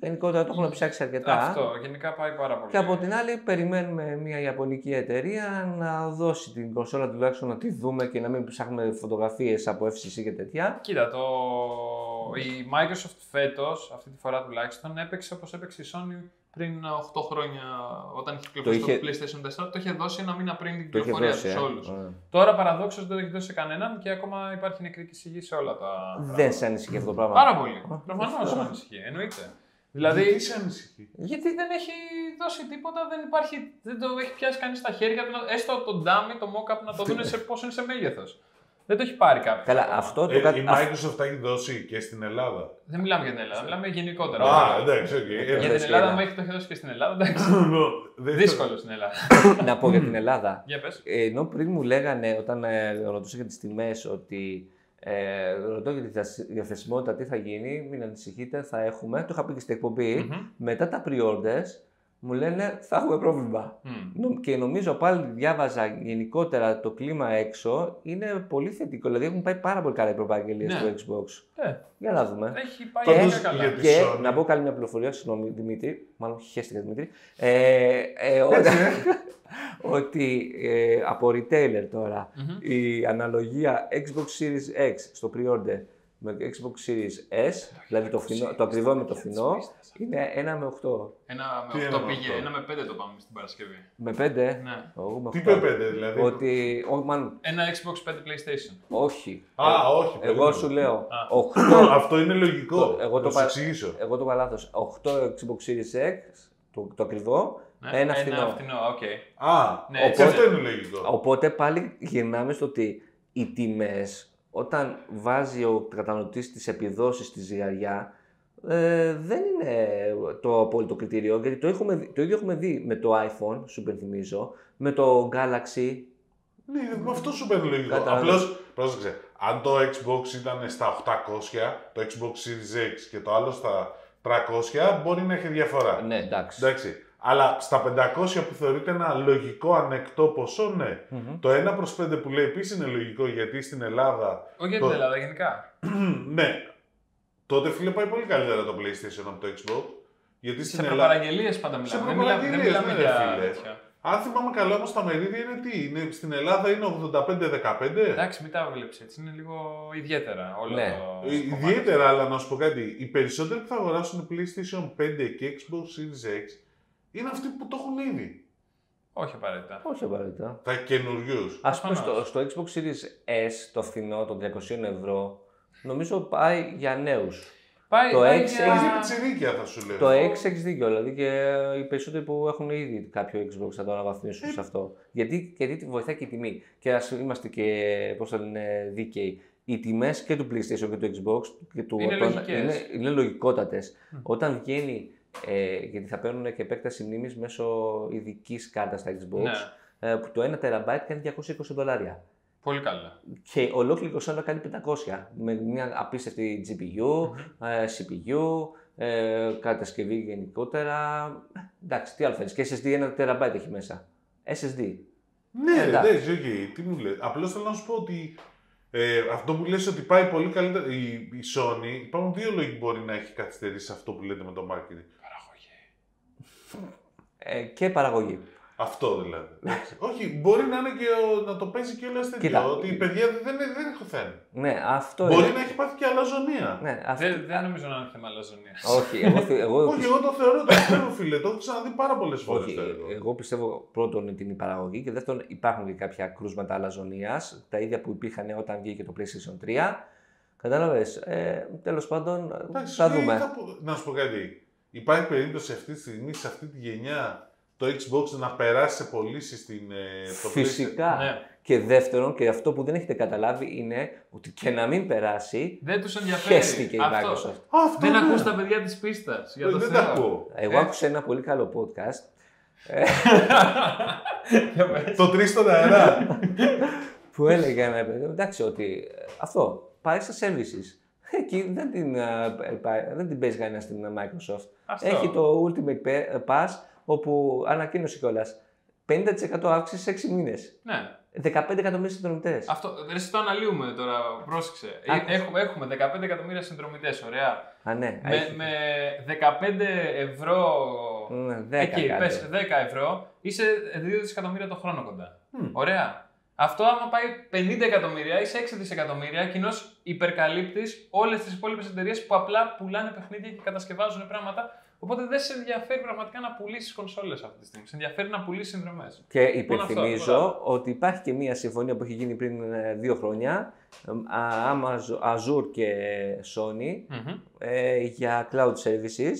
[SPEAKER 3] γενικότερα το έχουν ψάξει αρκετά.
[SPEAKER 1] Αυτό. Γενικά πάει πάρα πολύ.
[SPEAKER 3] Και από την άλλη, περιμένουμε μια Ιαπωνική εταιρεία να δώσει την κονσόλα τουλάχιστον να τη δούμε και να μην ψάχνουμε φωτογραφίες από FCC και τέτοια.
[SPEAKER 1] Κοίτα, το... η Microsoft φέτος, αυτή τη φορά τουλάχιστον, έπαιξε όπως έπαιξε η Sony πριν 8 χρόνια, όταν είχε κυκλοφορήσει το,
[SPEAKER 3] είχε-
[SPEAKER 1] PlayStation 4. Το είχε δώσει ένα μήνα πριν την
[SPEAKER 3] Το είχε
[SPEAKER 1] κυκλοφορία
[SPEAKER 3] δώσει.
[SPEAKER 1] τους
[SPEAKER 3] ε.
[SPEAKER 1] σε όλου.
[SPEAKER 3] Ε.
[SPEAKER 1] Τώρα παραδόξως δεν το έχει δώσει σε κανέναν και ακόμα υπάρχει νεκρή εισηγή σε όλα τα.
[SPEAKER 3] Δεν
[SPEAKER 1] πράγματα.
[SPEAKER 3] σε ανησυχεί αυτό το πράγμα.
[SPEAKER 1] Πάρα πολύ.
[SPEAKER 3] Α,
[SPEAKER 1] Προφανώ
[SPEAKER 3] αυτό.
[SPEAKER 1] με ανησυχεί, εννοείται.
[SPEAKER 2] Γιατί
[SPEAKER 1] Δηλαδή,
[SPEAKER 2] σε ανησυχεί.
[SPEAKER 1] γιατί δεν έχει δώσει τίποτα, δεν, υπάρχει, δεν το έχει πιάσει κανείς στα χέρια του, να- έστω το dummy, το mock-up να το δουν σε πόσο είναι σε μέγεθος. Δεν το έχει πάρει κάποιος.
[SPEAKER 3] Καλά, αυτό το
[SPEAKER 2] Ε,
[SPEAKER 3] κάτι.
[SPEAKER 2] η Microsoft θα έχει δώσει και στην Ελλάδα.
[SPEAKER 1] Δεν μιλάμε για την Ελλάδα, μιλάμε γενικότερα.
[SPEAKER 2] Α, εντάξει, οκ.
[SPEAKER 3] Για
[SPEAKER 1] Για
[SPEAKER 2] Ε,
[SPEAKER 1] την
[SPEAKER 3] Λες και
[SPEAKER 1] Ελλάδα,
[SPEAKER 3] ένα.
[SPEAKER 1] μου έχει το έχει δώσει και στην Ελλάδα. Εντάξει.
[SPEAKER 2] δεν θα-
[SPEAKER 1] Δύσκολο στην Ελλάδα.
[SPEAKER 3] Να πω για την Ελλάδα.
[SPEAKER 1] Για πες.
[SPEAKER 3] Ε, Ενώ πριν μου λέγανε, όταν ε, ρωτούσα για τις τιμές, ότι ε, ρωτώ για τη διαθεσ- διαθεσιμότητα, τι θα γίνει, μην ανησυχείτε, θα έχουμε. Το είχα πει και στην εκπομπη
[SPEAKER 1] Μμμ.
[SPEAKER 3] Μετά τα pre-orders, μου λένε θα έχουμε πρόβλημα.
[SPEAKER 1] Μμ.
[SPEAKER 3] Νο- Και νομίζω πάλι διάβαζα γενικότερα το κλίμα έξω είναι πολύ θετικό. Δηλαδή έχουν πάει πάρα πολύ καλά οι προπαγγελίες
[SPEAKER 1] Ναι.
[SPEAKER 3] του Xbox.
[SPEAKER 1] Ε,
[SPEAKER 3] Για να δούμε.
[SPEAKER 1] Έχει πάει
[SPEAKER 2] Πάντως,
[SPEAKER 1] πολύ καλά.
[SPEAKER 2] γιατί-
[SPEAKER 3] Και
[SPEAKER 2] Sony.
[SPEAKER 3] να πω καλή μια πληροφορία, συγγνώμη Δημήτρη, μάλλον χαίστηκα Δημήτρη, ε, ε, ό- ότι ε, από retailer τώρα
[SPEAKER 1] Μμμ.
[SPEAKER 3] η αναλογία Xbox Series X στο pre-order με το Xbox Series S, δηλαδή το, φθηνό, το ακριβό με το φθηνό, είναι 1 με 8.
[SPEAKER 1] Ένα
[SPEAKER 2] Τι
[SPEAKER 1] με 8
[SPEAKER 2] είναι
[SPEAKER 1] πήγε,
[SPEAKER 2] αυτό?
[SPEAKER 1] ένα με 5 το πάμε στην Παρασκευή.
[SPEAKER 3] Με 5,
[SPEAKER 1] Ναι.
[SPEAKER 3] εγώ με
[SPEAKER 2] Τι
[SPEAKER 3] 8.
[SPEAKER 2] πέπετε, δηλαδή.
[SPEAKER 3] Ότι, όχι, μάλλον,
[SPEAKER 1] Ένα Xbox 5 PlayStation.
[SPEAKER 3] όχι.
[SPEAKER 2] Α, όχι.
[SPEAKER 3] Εγώ
[SPEAKER 2] περίμενα.
[SPEAKER 3] σου λέω.
[SPEAKER 1] Α.
[SPEAKER 3] 8,
[SPEAKER 2] Αυτό είναι λογικό.
[SPEAKER 3] Το- εγώ
[SPEAKER 2] Να
[SPEAKER 3] το
[SPEAKER 2] σου
[SPEAKER 3] πα- Ε,
[SPEAKER 2] εξηγήσω.
[SPEAKER 3] εγώ το είπα λάθος, 8 Xbox Series X, το, το ακριβό,
[SPEAKER 1] Ναι.
[SPEAKER 3] ένα φθηνό.
[SPEAKER 1] οκ.
[SPEAKER 2] Α,
[SPEAKER 1] Ναι,
[SPEAKER 2] και
[SPEAKER 1] έτσι
[SPEAKER 2] αυτό
[SPEAKER 1] είναι.
[SPEAKER 2] είναι λογικό.
[SPEAKER 3] Οπότε πάλι γυρνάμε στο ότι οι τιμές, όταν βάζει ο κατανοητής τις επιδόσεις στη ζυγαριά, ε, δεν είναι το απόλυτο κριτήριο, γιατί το, έχουμε, δει- το ίδιο έχουμε δει με το iPhone, σου υπενθυμίζω, με το Galaxy,
[SPEAKER 2] Ναι, με αυτό σου παίρνει λογικό.
[SPEAKER 3] Κατάλαβα.
[SPEAKER 2] Απλώς πρόσεξε. Αν το Xbox ήταν στα 800, το Xbox Series X και το άλλο στα 300, μπορεί να έχει διαφορά.
[SPEAKER 3] ναι εντάξει.
[SPEAKER 2] Εντάξει. Αλλά στα 500 που θεωρείται ένα λογικό ανεκτό ποσό, ναι.
[SPEAKER 3] Μμμ.
[SPEAKER 2] Το 1 προς 5 που λέει επίσης είναι λογικό γιατί στην Ελλάδα.
[SPEAKER 1] Όχι για
[SPEAKER 2] Το-
[SPEAKER 1] την Ελλάδα γενικά.
[SPEAKER 2] ναι. Τότε φίλε πάει πολύ καλύτερα το PlayStation από το Xbox. Γιατί στην
[SPEAKER 1] Σε
[SPEAKER 2] Ελλάδα.
[SPEAKER 1] προπαραγγελίες πάντα μιλάμε. Δεν μιλάμε, δεν
[SPEAKER 2] προπαραγγελίες,
[SPEAKER 1] μιλάμε
[SPEAKER 2] ναι,
[SPEAKER 1] για
[SPEAKER 2] ρε φίλε.
[SPEAKER 1] τέτοια.
[SPEAKER 2] Αν θυμάμαι καλά όμως τα μερίδια είναι τι. Είναι, στην Ελλάδα είναι 85-15.
[SPEAKER 1] Εντάξει, μην τα βλέπεις έτσι. Είναι λίγο ιδιαίτερα όλο
[SPEAKER 3] Ναι.
[SPEAKER 1] το.
[SPEAKER 2] Ε,
[SPEAKER 1] κομμάτι.
[SPEAKER 2] Ιδιαίτερα, αλλά να σου πω κάτι. Οι περισσότεροι που θα αγοράσουν PlayStation 5 και Xbox Series X είναι αυτοί που το έχουν ήδη.
[SPEAKER 1] Όχι απαραίτητα.
[SPEAKER 3] Όχι απαραίτητα.
[SPEAKER 2] Τα καινούριους.
[SPEAKER 3] Ας πούμε, στο,
[SPEAKER 1] Προφανώς.
[SPEAKER 3] στο Xbox Series S, το φθηνό των 300 ευρώ, νομίζω πάει για νέους.
[SPEAKER 1] Πάει,
[SPEAKER 3] Το
[SPEAKER 1] πάει
[SPEAKER 3] X
[SPEAKER 1] για-
[SPEAKER 2] Μαζί με τη συνήθεια θα σου λέω.
[SPEAKER 3] Το X έχεις δίκιο, δηλαδή και οι περισσότεροι που έχουν ήδη κάποιο Xbox θα το αναβαθμίσουν
[SPEAKER 1] Ε,
[SPEAKER 3] σε αυτό. Γιατί, γιατί τη βοηθάει και η τιμή. Και ας είμαστε και πώς το λένε, δίκαιοι. Οι τιμές και του PlayStation και του Xbox και του
[SPEAKER 1] Είναι
[SPEAKER 3] των-
[SPEAKER 1] λογικές.
[SPEAKER 3] είναι, είναι λογικότατες.
[SPEAKER 1] Μμ.
[SPEAKER 3] Όταν βγαίνει, ε, γιατί θα παίρνουν και επέκταση μνήμης μέσω ειδικής κάρτας στα Xbox,
[SPEAKER 1] Ναι.
[SPEAKER 3] ε, που το 1 TB κάνει 220 δολάρια.
[SPEAKER 1] Πολύ καλά.
[SPEAKER 3] Και ολόκληρος σώνα κάνει 500 με μια απίστευτη GPU, ε, CPU, ε, κατασκευή γενικότερα. Ε, Εντάξει, τι άλλο θέλεις. Και SSD 1 TB έχει μέσα. SSD.
[SPEAKER 2] Ναι, ρε,
[SPEAKER 3] Ε, εντάξει.
[SPEAKER 2] εντάξει, οκ. Τι μου λες. Απλώς θέλω να σου πω ότι ε, αυτό που λες ότι πάει πολύ καλύτερα η, η Sony, υπάρχουν δύο λόγοι που μπορεί να έχει καθυστερήσει αυτό που λέτε με το marketing.
[SPEAKER 1] Παραγωγή.
[SPEAKER 3] Ε, και παραγωγή.
[SPEAKER 2] Αυτό δηλαδή. εντάξει. Όχι, μπορεί να, είναι και ο- να το παίζει και όλα τέτοιο.
[SPEAKER 3] Κοίτα.
[SPEAKER 2] Ότι η παιδιά δεν, δεν, δεν έχω θέμα.
[SPEAKER 3] Ναι, αυτό
[SPEAKER 2] Μπορεί
[SPEAKER 3] είναι.
[SPEAKER 2] να έχει πάθει και αλαζονία.
[SPEAKER 3] Ναι, αυτό...
[SPEAKER 1] Δεν, δεν νομίζω να είναι θέμα λαζονία.
[SPEAKER 3] Όχι, εγώ, θυ- εγώ,
[SPEAKER 2] Όχι, εγώ το θεωρώ το πιστεύω, φίλε. Το έχω ξαναδεί πάρα πολλές φορές.
[SPEAKER 3] Όχι, ε, εγώ πιστεύω πρώτον ότι είναι η παραγωγή και δεύτερον υπάρχουν και κάποια κρούσματα αλαζονία, τα ίδια που υπήρχαν όταν βγήκε το PlayStation 3. Κατάλαβες. Ε, Τέλος πάντων, ε, θα
[SPEAKER 2] ε,
[SPEAKER 3] δούμε.
[SPEAKER 2] θα πω- Να σου πω κάτι. Υπάρχει περίπτωση αυτή τη στιγμή, σε αυτή τη γενιά, το Xbox να περάσει σε πωλήσει στην. ε, το
[SPEAKER 3] Φυσικά.
[SPEAKER 1] ναι.
[SPEAKER 3] Και δεύτερον, και αυτό που δεν έχετε καταλάβει είναι ότι και να μην περάσει,
[SPEAKER 1] Δεν τους ενδιαφέρει.
[SPEAKER 3] χέστηκε η
[SPEAKER 1] Αυτό.
[SPEAKER 3] Microsoft.
[SPEAKER 2] PlayStation. Αυτό
[SPEAKER 1] Δεν
[SPEAKER 2] ναι.
[SPEAKER 1] ακούς τα παιδιά της πίστας.
[SPEAKER 2] Ε, Δεν τα ακούω.
[SPEAKER 3] Εγώ
[SPEAKER 1] Ε.
[SPEAKER 3] άκουσα ένα πολύ καλό podcast
[SPEAKER 1] Για πες.
[SPEAKER 2] Το τρεις στον αέρα.
[SPEAKER 1] Ναι.
[SPEAKER 3] που
[SPEAKER 1] Ε.
[SPEAKER 3] έλεγε ένα παιδί, εντάξει, ότι ε, αυτό πάει στα services. Εκεί δεν την, ε, πάει- δεν την παίζει κανένα στην ε, Microsoft.
[SPEAKER 1] Αυτό.
[SPEAKER 3] Έχει το Ultimate Pe- ε, Pass, όπου ανακοίνωσε κιόλας. 50% αύξηση σε 6 μήνες.
[SPEAKER 1] Ναι.
[SPEAKER 3] 15 εκατομμύρια συνδρομητές.
[SPEAKER 1] Αυτό, ρε, εσύ το αναλύουμε τώρα, πρόσεξε. Ε,
[SPEAKER 3] Άκουσα.
[SPEAKER 1] Έχουμε, έχουμε 15 εκατομμύρια συνδρομητές, ωραία.
[SPEAKER 3] Α, ναι. α,
[SPEAKER 1] Με,
[SPEAKER 3] έχει.
[SPEAKER 1] με 15 ευρώ
[SPEAKER 3] Ναι, 10
[SPEAKER 1] Εκεί,
[SPEAKER 3] κάτι.
[SPEAKER 1] πες 10 ευρώ, είσαι 2 δισεκατομμύρια το χρόνο κοντά.
[SPEAKER 2] Μμ.
[SPEAKER 1] Ωραία. Αυτό άμα πάει 50 εκατομμύρια, είσαι 6 δισεκατομμύρια, κοινώ υπερκαλύπτεις όλες τις υπόλοιπες εταιρείες που απλά πουλάνε παιχνίδια και κατασκευάζουν πράγματα. Οπότε δεν σε ενδιαφέρει πραγματικά να πουλήσεις κονσόλες αυτή τη στιγμή. Σε ενδιαφέρει να πουλήσεις συνδρομές.
[SPEAKER 3] Και
[SPEAKER 1] αυτό, όλα
[SPEAKER 3] υπενθυμίζω ότι υπάρχει και μία συμφωνία που έχει γίνει πριν ε, δύο χρόνια, ε, α- Amazon- Azure και Sony, ε, για cloud services,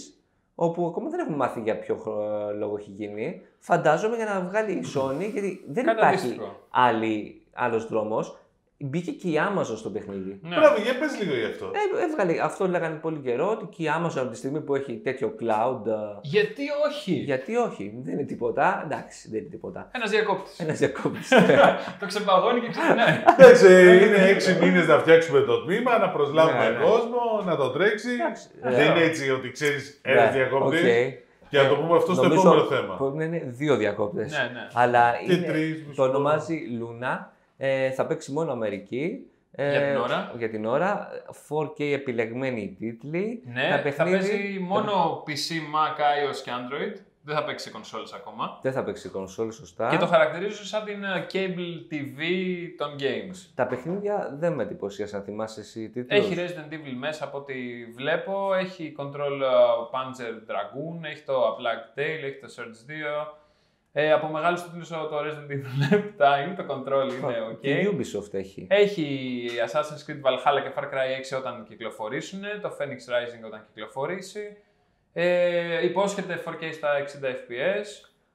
[SPEAKER 3] όπου ακόμα δεν έχουμε μάθει για ποιο χρο- ε, λόγο έχει γίνει. Φαντάζομαι για να βγάλει η Sony, γιατί δεν
[SPEAKER 1] Κάτι
[SPEAKER 3] υπάρχει
[SPEAKER 1] αντίστοιχο.
[SPEAKER 3] άλλη, άλλος δρόμος. Μπήκε και η Amazon στο παιχνίδι.
[SPEAKER 1] Ναι.
[SPEAKER 2] Μπράβο, για πες λίγο γι' αυτό.
[SPEAKER 3] Ε, έβγαλε, αυτό λέγανε πολύ καιρό, ότι και η Amazon από τη στιγμή που έχει τέτοιο cloud, ε,
[SPEAKER 1] Γιατί όχι.
[SPEAKER 3] γιατί όχι, δεν είναι τίποτα, εντάξει, δεν είναι τίποτα.
[SPEAKER 1] Ένας διακόπτης.
[SPEAKER 3] Ένας διακόπτης.
[SPEAKER 1] το ξεπαγώνει και ξυπνάει.
[SPEAKER 2] Εντάξει, είναι έξι μήνες να φτιάξουμε το τμήμα, να
[SPEAKER 3] Ναι,
[SPEAKER 2] προσλάβουμε
[SPEAKER 3] ναι.
[SPEAKER 2] κόσμο, να το τρέξει.
[SPEAKER 3] Εντάξει,
[SPEAKER 2] Δεν
[SPEAKER 3] ε,
[SPEAKER 2] είναι έτσι ότι ξέρεις
[SPEAKER 3] ναι,
[SPEAKER 2] ένα διακόπτη.
[SPEAKER 3] οκ.
[SPEAKER 2] Και να το πούμε αυτό στο
[SPEAKER 3] Νομίζω
[SPEAKER 2] επόμενο θέμα.
[SPEAKER 3] πρέπει να είναι δύο διακόπτες.
[SPEAKER 1] ναι, ναι.
[SPEAKER 3] Αλλά
[SPEAKER 2] Και
[SPEAKER 3] είναι,
[SPEAKER 2] τρεις.
[SPEAKER 3] το ονομάζει Λούνα. Ε, θα παίξει μόνο Αμερική. Ε,
[SPEAKER 1] Για την ώρα.
[SPEAKER 3] για την ώρα. 4K επιλεγμένοι οι τίτλοι.
[SPEAKER 1] Ναι,
[SPEAKER 3] Τα
[SPEAKER 1] θα
[SPEAKER 3] παιχνίδι-
[SPEAKER 1] παίζει μόνο PC, Mac, iOS και Android. Δεν θα παίξει σε κονσόλες ακόμα.
[SPEAKER 3] Δεν θα παίξει κονσόλ, σωστά.
[SPEAKER 1] Και το χαρακτηρίζω σαν την ε, cable TV των games.
[SPEAKER 3] Τα παιχνίδια δεν με εντυπωσίασαν, θυμάσαι εσύ τίτλους.
[SPEAKER 1] Έχει Resident Evil μέσα από ό,τι βλέπω, έχει Control uh, Panzer Dragoon, έχει το A Plague Tale, έχει το Surge 2. Ε, από μεγάλους τίτλους ο- το Resident Evil 7 είναι, το Control είναι
[SPEAKER 3] Το-
[SPEAKER 1] ok.
[SPEAKER 3] Η Ubisoft έχει.
[SPEAKER 1] Έχει Assassin's Creed Valhalla και Far Cry 6 όταν κυκλοφορήσουν, το Phoenix Rising όταν κυκλοφορήσει. Ε, υπόσχεται 4K στα 60 FPS.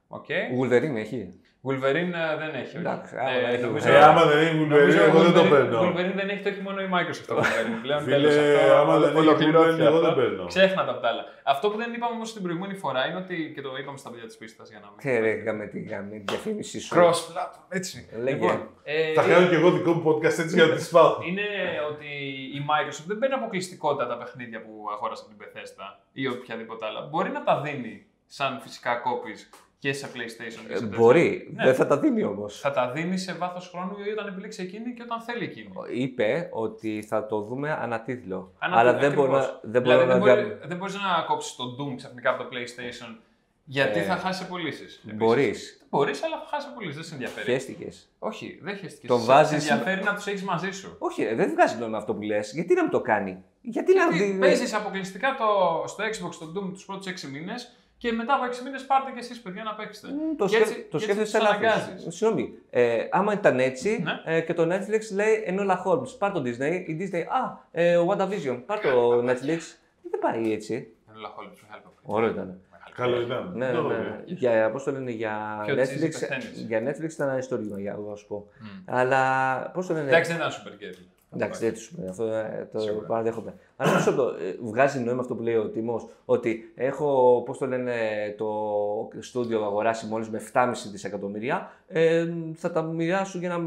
[SPEAKER 1] Οκ.
[SPEAKER 3] Wolverine έχει.
[SPEAKER 1] Wolverine ε, δεν έχει. όχι.
[SPEAKER 3] Εντάξει, άμα δεν έχει
[SPEAKER 1] νομίζω-
[SPEAKER 2] Ε, άμα δεν είναι Wolverine,
[SPEAKER 1] Νομίζω
[SPEAKER 2] εγώ δεν το
[SPEAKER 1] Wolverine-
[SPEAKER 2] παίρνω.
[SPEAKER 1] Wolverine δεν έχει το έχει μόνο η Microsoft το Wolverine. Πλέον τέλος
[SPEAKER 2] Φίλε,
[SPEAKER 1] αυτό.
[SPEAKER 2] άμα δεν είναι Wolverine,
[SPEAKER 1] ολοκληρώθηκε
[SPEAKER 2] εγώ
[SPEAKER 1] αυτό.
[SPEAKER 2] δεν παίρνω.
[SPEAKER 1] Ξέχνα τα απ' τα άλλα. Αυτό που δεν είπαμε όμως την προηγούμενη φορά είναι ότι. και το είπαμε στα παιδιά της πίστας για να μην.
[SPEAKER 3] Τι ρε, με τη γαμμένη διαφήμιση σου.
[SPEAKER 1] Cross platform, έτσι.
[SPEAKER 3] Λέγε.
[SPEAKER 1] Λοιπόν, ε,
[SPEAKER 2] Θα κάνω και εγώ δικό μου podcast έτσι για να τη σπάω.
[SPEAKER 1] είναι ότι η Microsoft δεν παίρνει αποκλειστικότητα τα παιχνίδια που αγόρασε από την Bethesda ή οποιαδήποτε άλλα. Μπορεί να τα δίνει σαν φυσικά copies και σε PlayStation. και
[SPEAKER 3] Ε,
[SPEAKER 1] σε
[SPEAKER 3] μπορεί,
[SPEAKER 1] Ναι.
[SPEAKER 3] δεν θα τα δίνει όμως.
[SPEAKER 1] τέτοια. Θα τα δίνει σε βάθος χρόνου ή όταν επιλέξει εκείνη και όταν θέλει εκείνη.
[SPEAKER 3] Είπε ότι θα το δούμε ανατίτλο.
[SPEAKER 1] Ανατίτλο,
[SPEAKER 3] αλλά δεν μπορώ, να-
[SPEAKER 1] ακριβώς.
[SPEAKER 3] δεν μπορώ
[SPEAKER 1] Δηλαδή δεν,
[SPEAKER 3] να.
[SPEAKER 1] μπορεί, δεν μπορείς να κόψεις το Doom ξαφνικά από το PlayStation γιατί
[SPEAKER 3] Ε,
[SPEAKER 1] θα χάσει πωλήσει.
[SPEAKER 3] Μπορείς.
[SPEAKER 1] Μπορείς, αλλά θα χάσει πωλήσεις. Δεν σε ενδιαφέρει.
[SPEAKER 3] Χαίστηκες.
[SPEAKER 1] Όχι, δεν χαίστηκες.
[SPEAKER 3] Το
[SPEAKER 1] Σε-
[SPEAKER 3] βάζεις-
[SPEAKER 1] Σε ενδιαφέρει να τους έχεις μαζί σου.
[SPEAKER 3] Όχι, ρε, δεν βγάζει νόημα αυτό που λες. Γιατί να μην το κάνει. Γιατί να
[SPEAKER 1] Γιατί
[SPEAKER 3] δει.
[SPEAKER 1] παίζεις αποκλειστικά το, στο Xbox το Doom τους πρώτους 6 μήνες και μετά από 6 μήνες πάρτε και εσείς παιδιά να παίξετε.
[SPEAKER 3] Μ, Το,
[SPEAKER 1] Και
[SPEAKER 3] σκέφ...
[SPEAKER 1] έτσι- και
[SPEAKER 3] το
[SPEAKER 1] έτσι
[SPEAKER 3] σκέφτεσαι
[SPEAKER 1] τους
[SPEAKER 3] λάθο.
[SPEAKER 1] αναγκάζεις.
[SPEAKER 3] Συγγνώμη. Ε, άμα ήταν έτσι
[SPEAKER 1] Ναι.
[SPEAKER 3] ε, και το Netflix λέει Enola Holmes, πάρ το Disney. Η Disney, α, ε, WandaVision, πάρ το Netflix. Δεν πάει έτσι.
[SPEAKER 1] Είναι λαχόλυπος, μεγάλη παπαγία.
[SPEAKER 3] Ωραίο ήταν.
[SPEAKER 1] Μεγάλη
[SPEAKER 2] Καλό ήταν.
[SPEAKER 3] Ναι,
[SPEAKER 2] Το
[SPEAKER 3] ναι, ναι.
[SPEAKER 2] βέβαια.
[SPEAKER 3] Για, πώς το λένε, για
[SPEAKER 1] Πιο cheesy
[SPEAKER 3] Netflix,
[SPEAKER 1] πεθαίνεις.
[SPEAKER 3] για Netflix ήταν αριστούργημα, για εγώ να σου πω.
[SPEAKER 1] Μμ.
[SPEAKER 3] Αλλά πώς το λένε.
[SPEAKER 1] Εντάξει, δεν ήταν super game.
[SPEAKER 3] Εντάξει, δεν του Αυτό ε, το
[SPEAKER 2] Σίγουρα.
[SPEAKER 3] παραδέχομαι. Αν όμω το ε, βγάζει νόημα αυτό που λέει ο Τιμό, ότι έχω, πώς το λένε, το στούντιο αγοράσει μόλις με 7,5 δισεκατομμύρια, ε, θα τα μοιράσω για να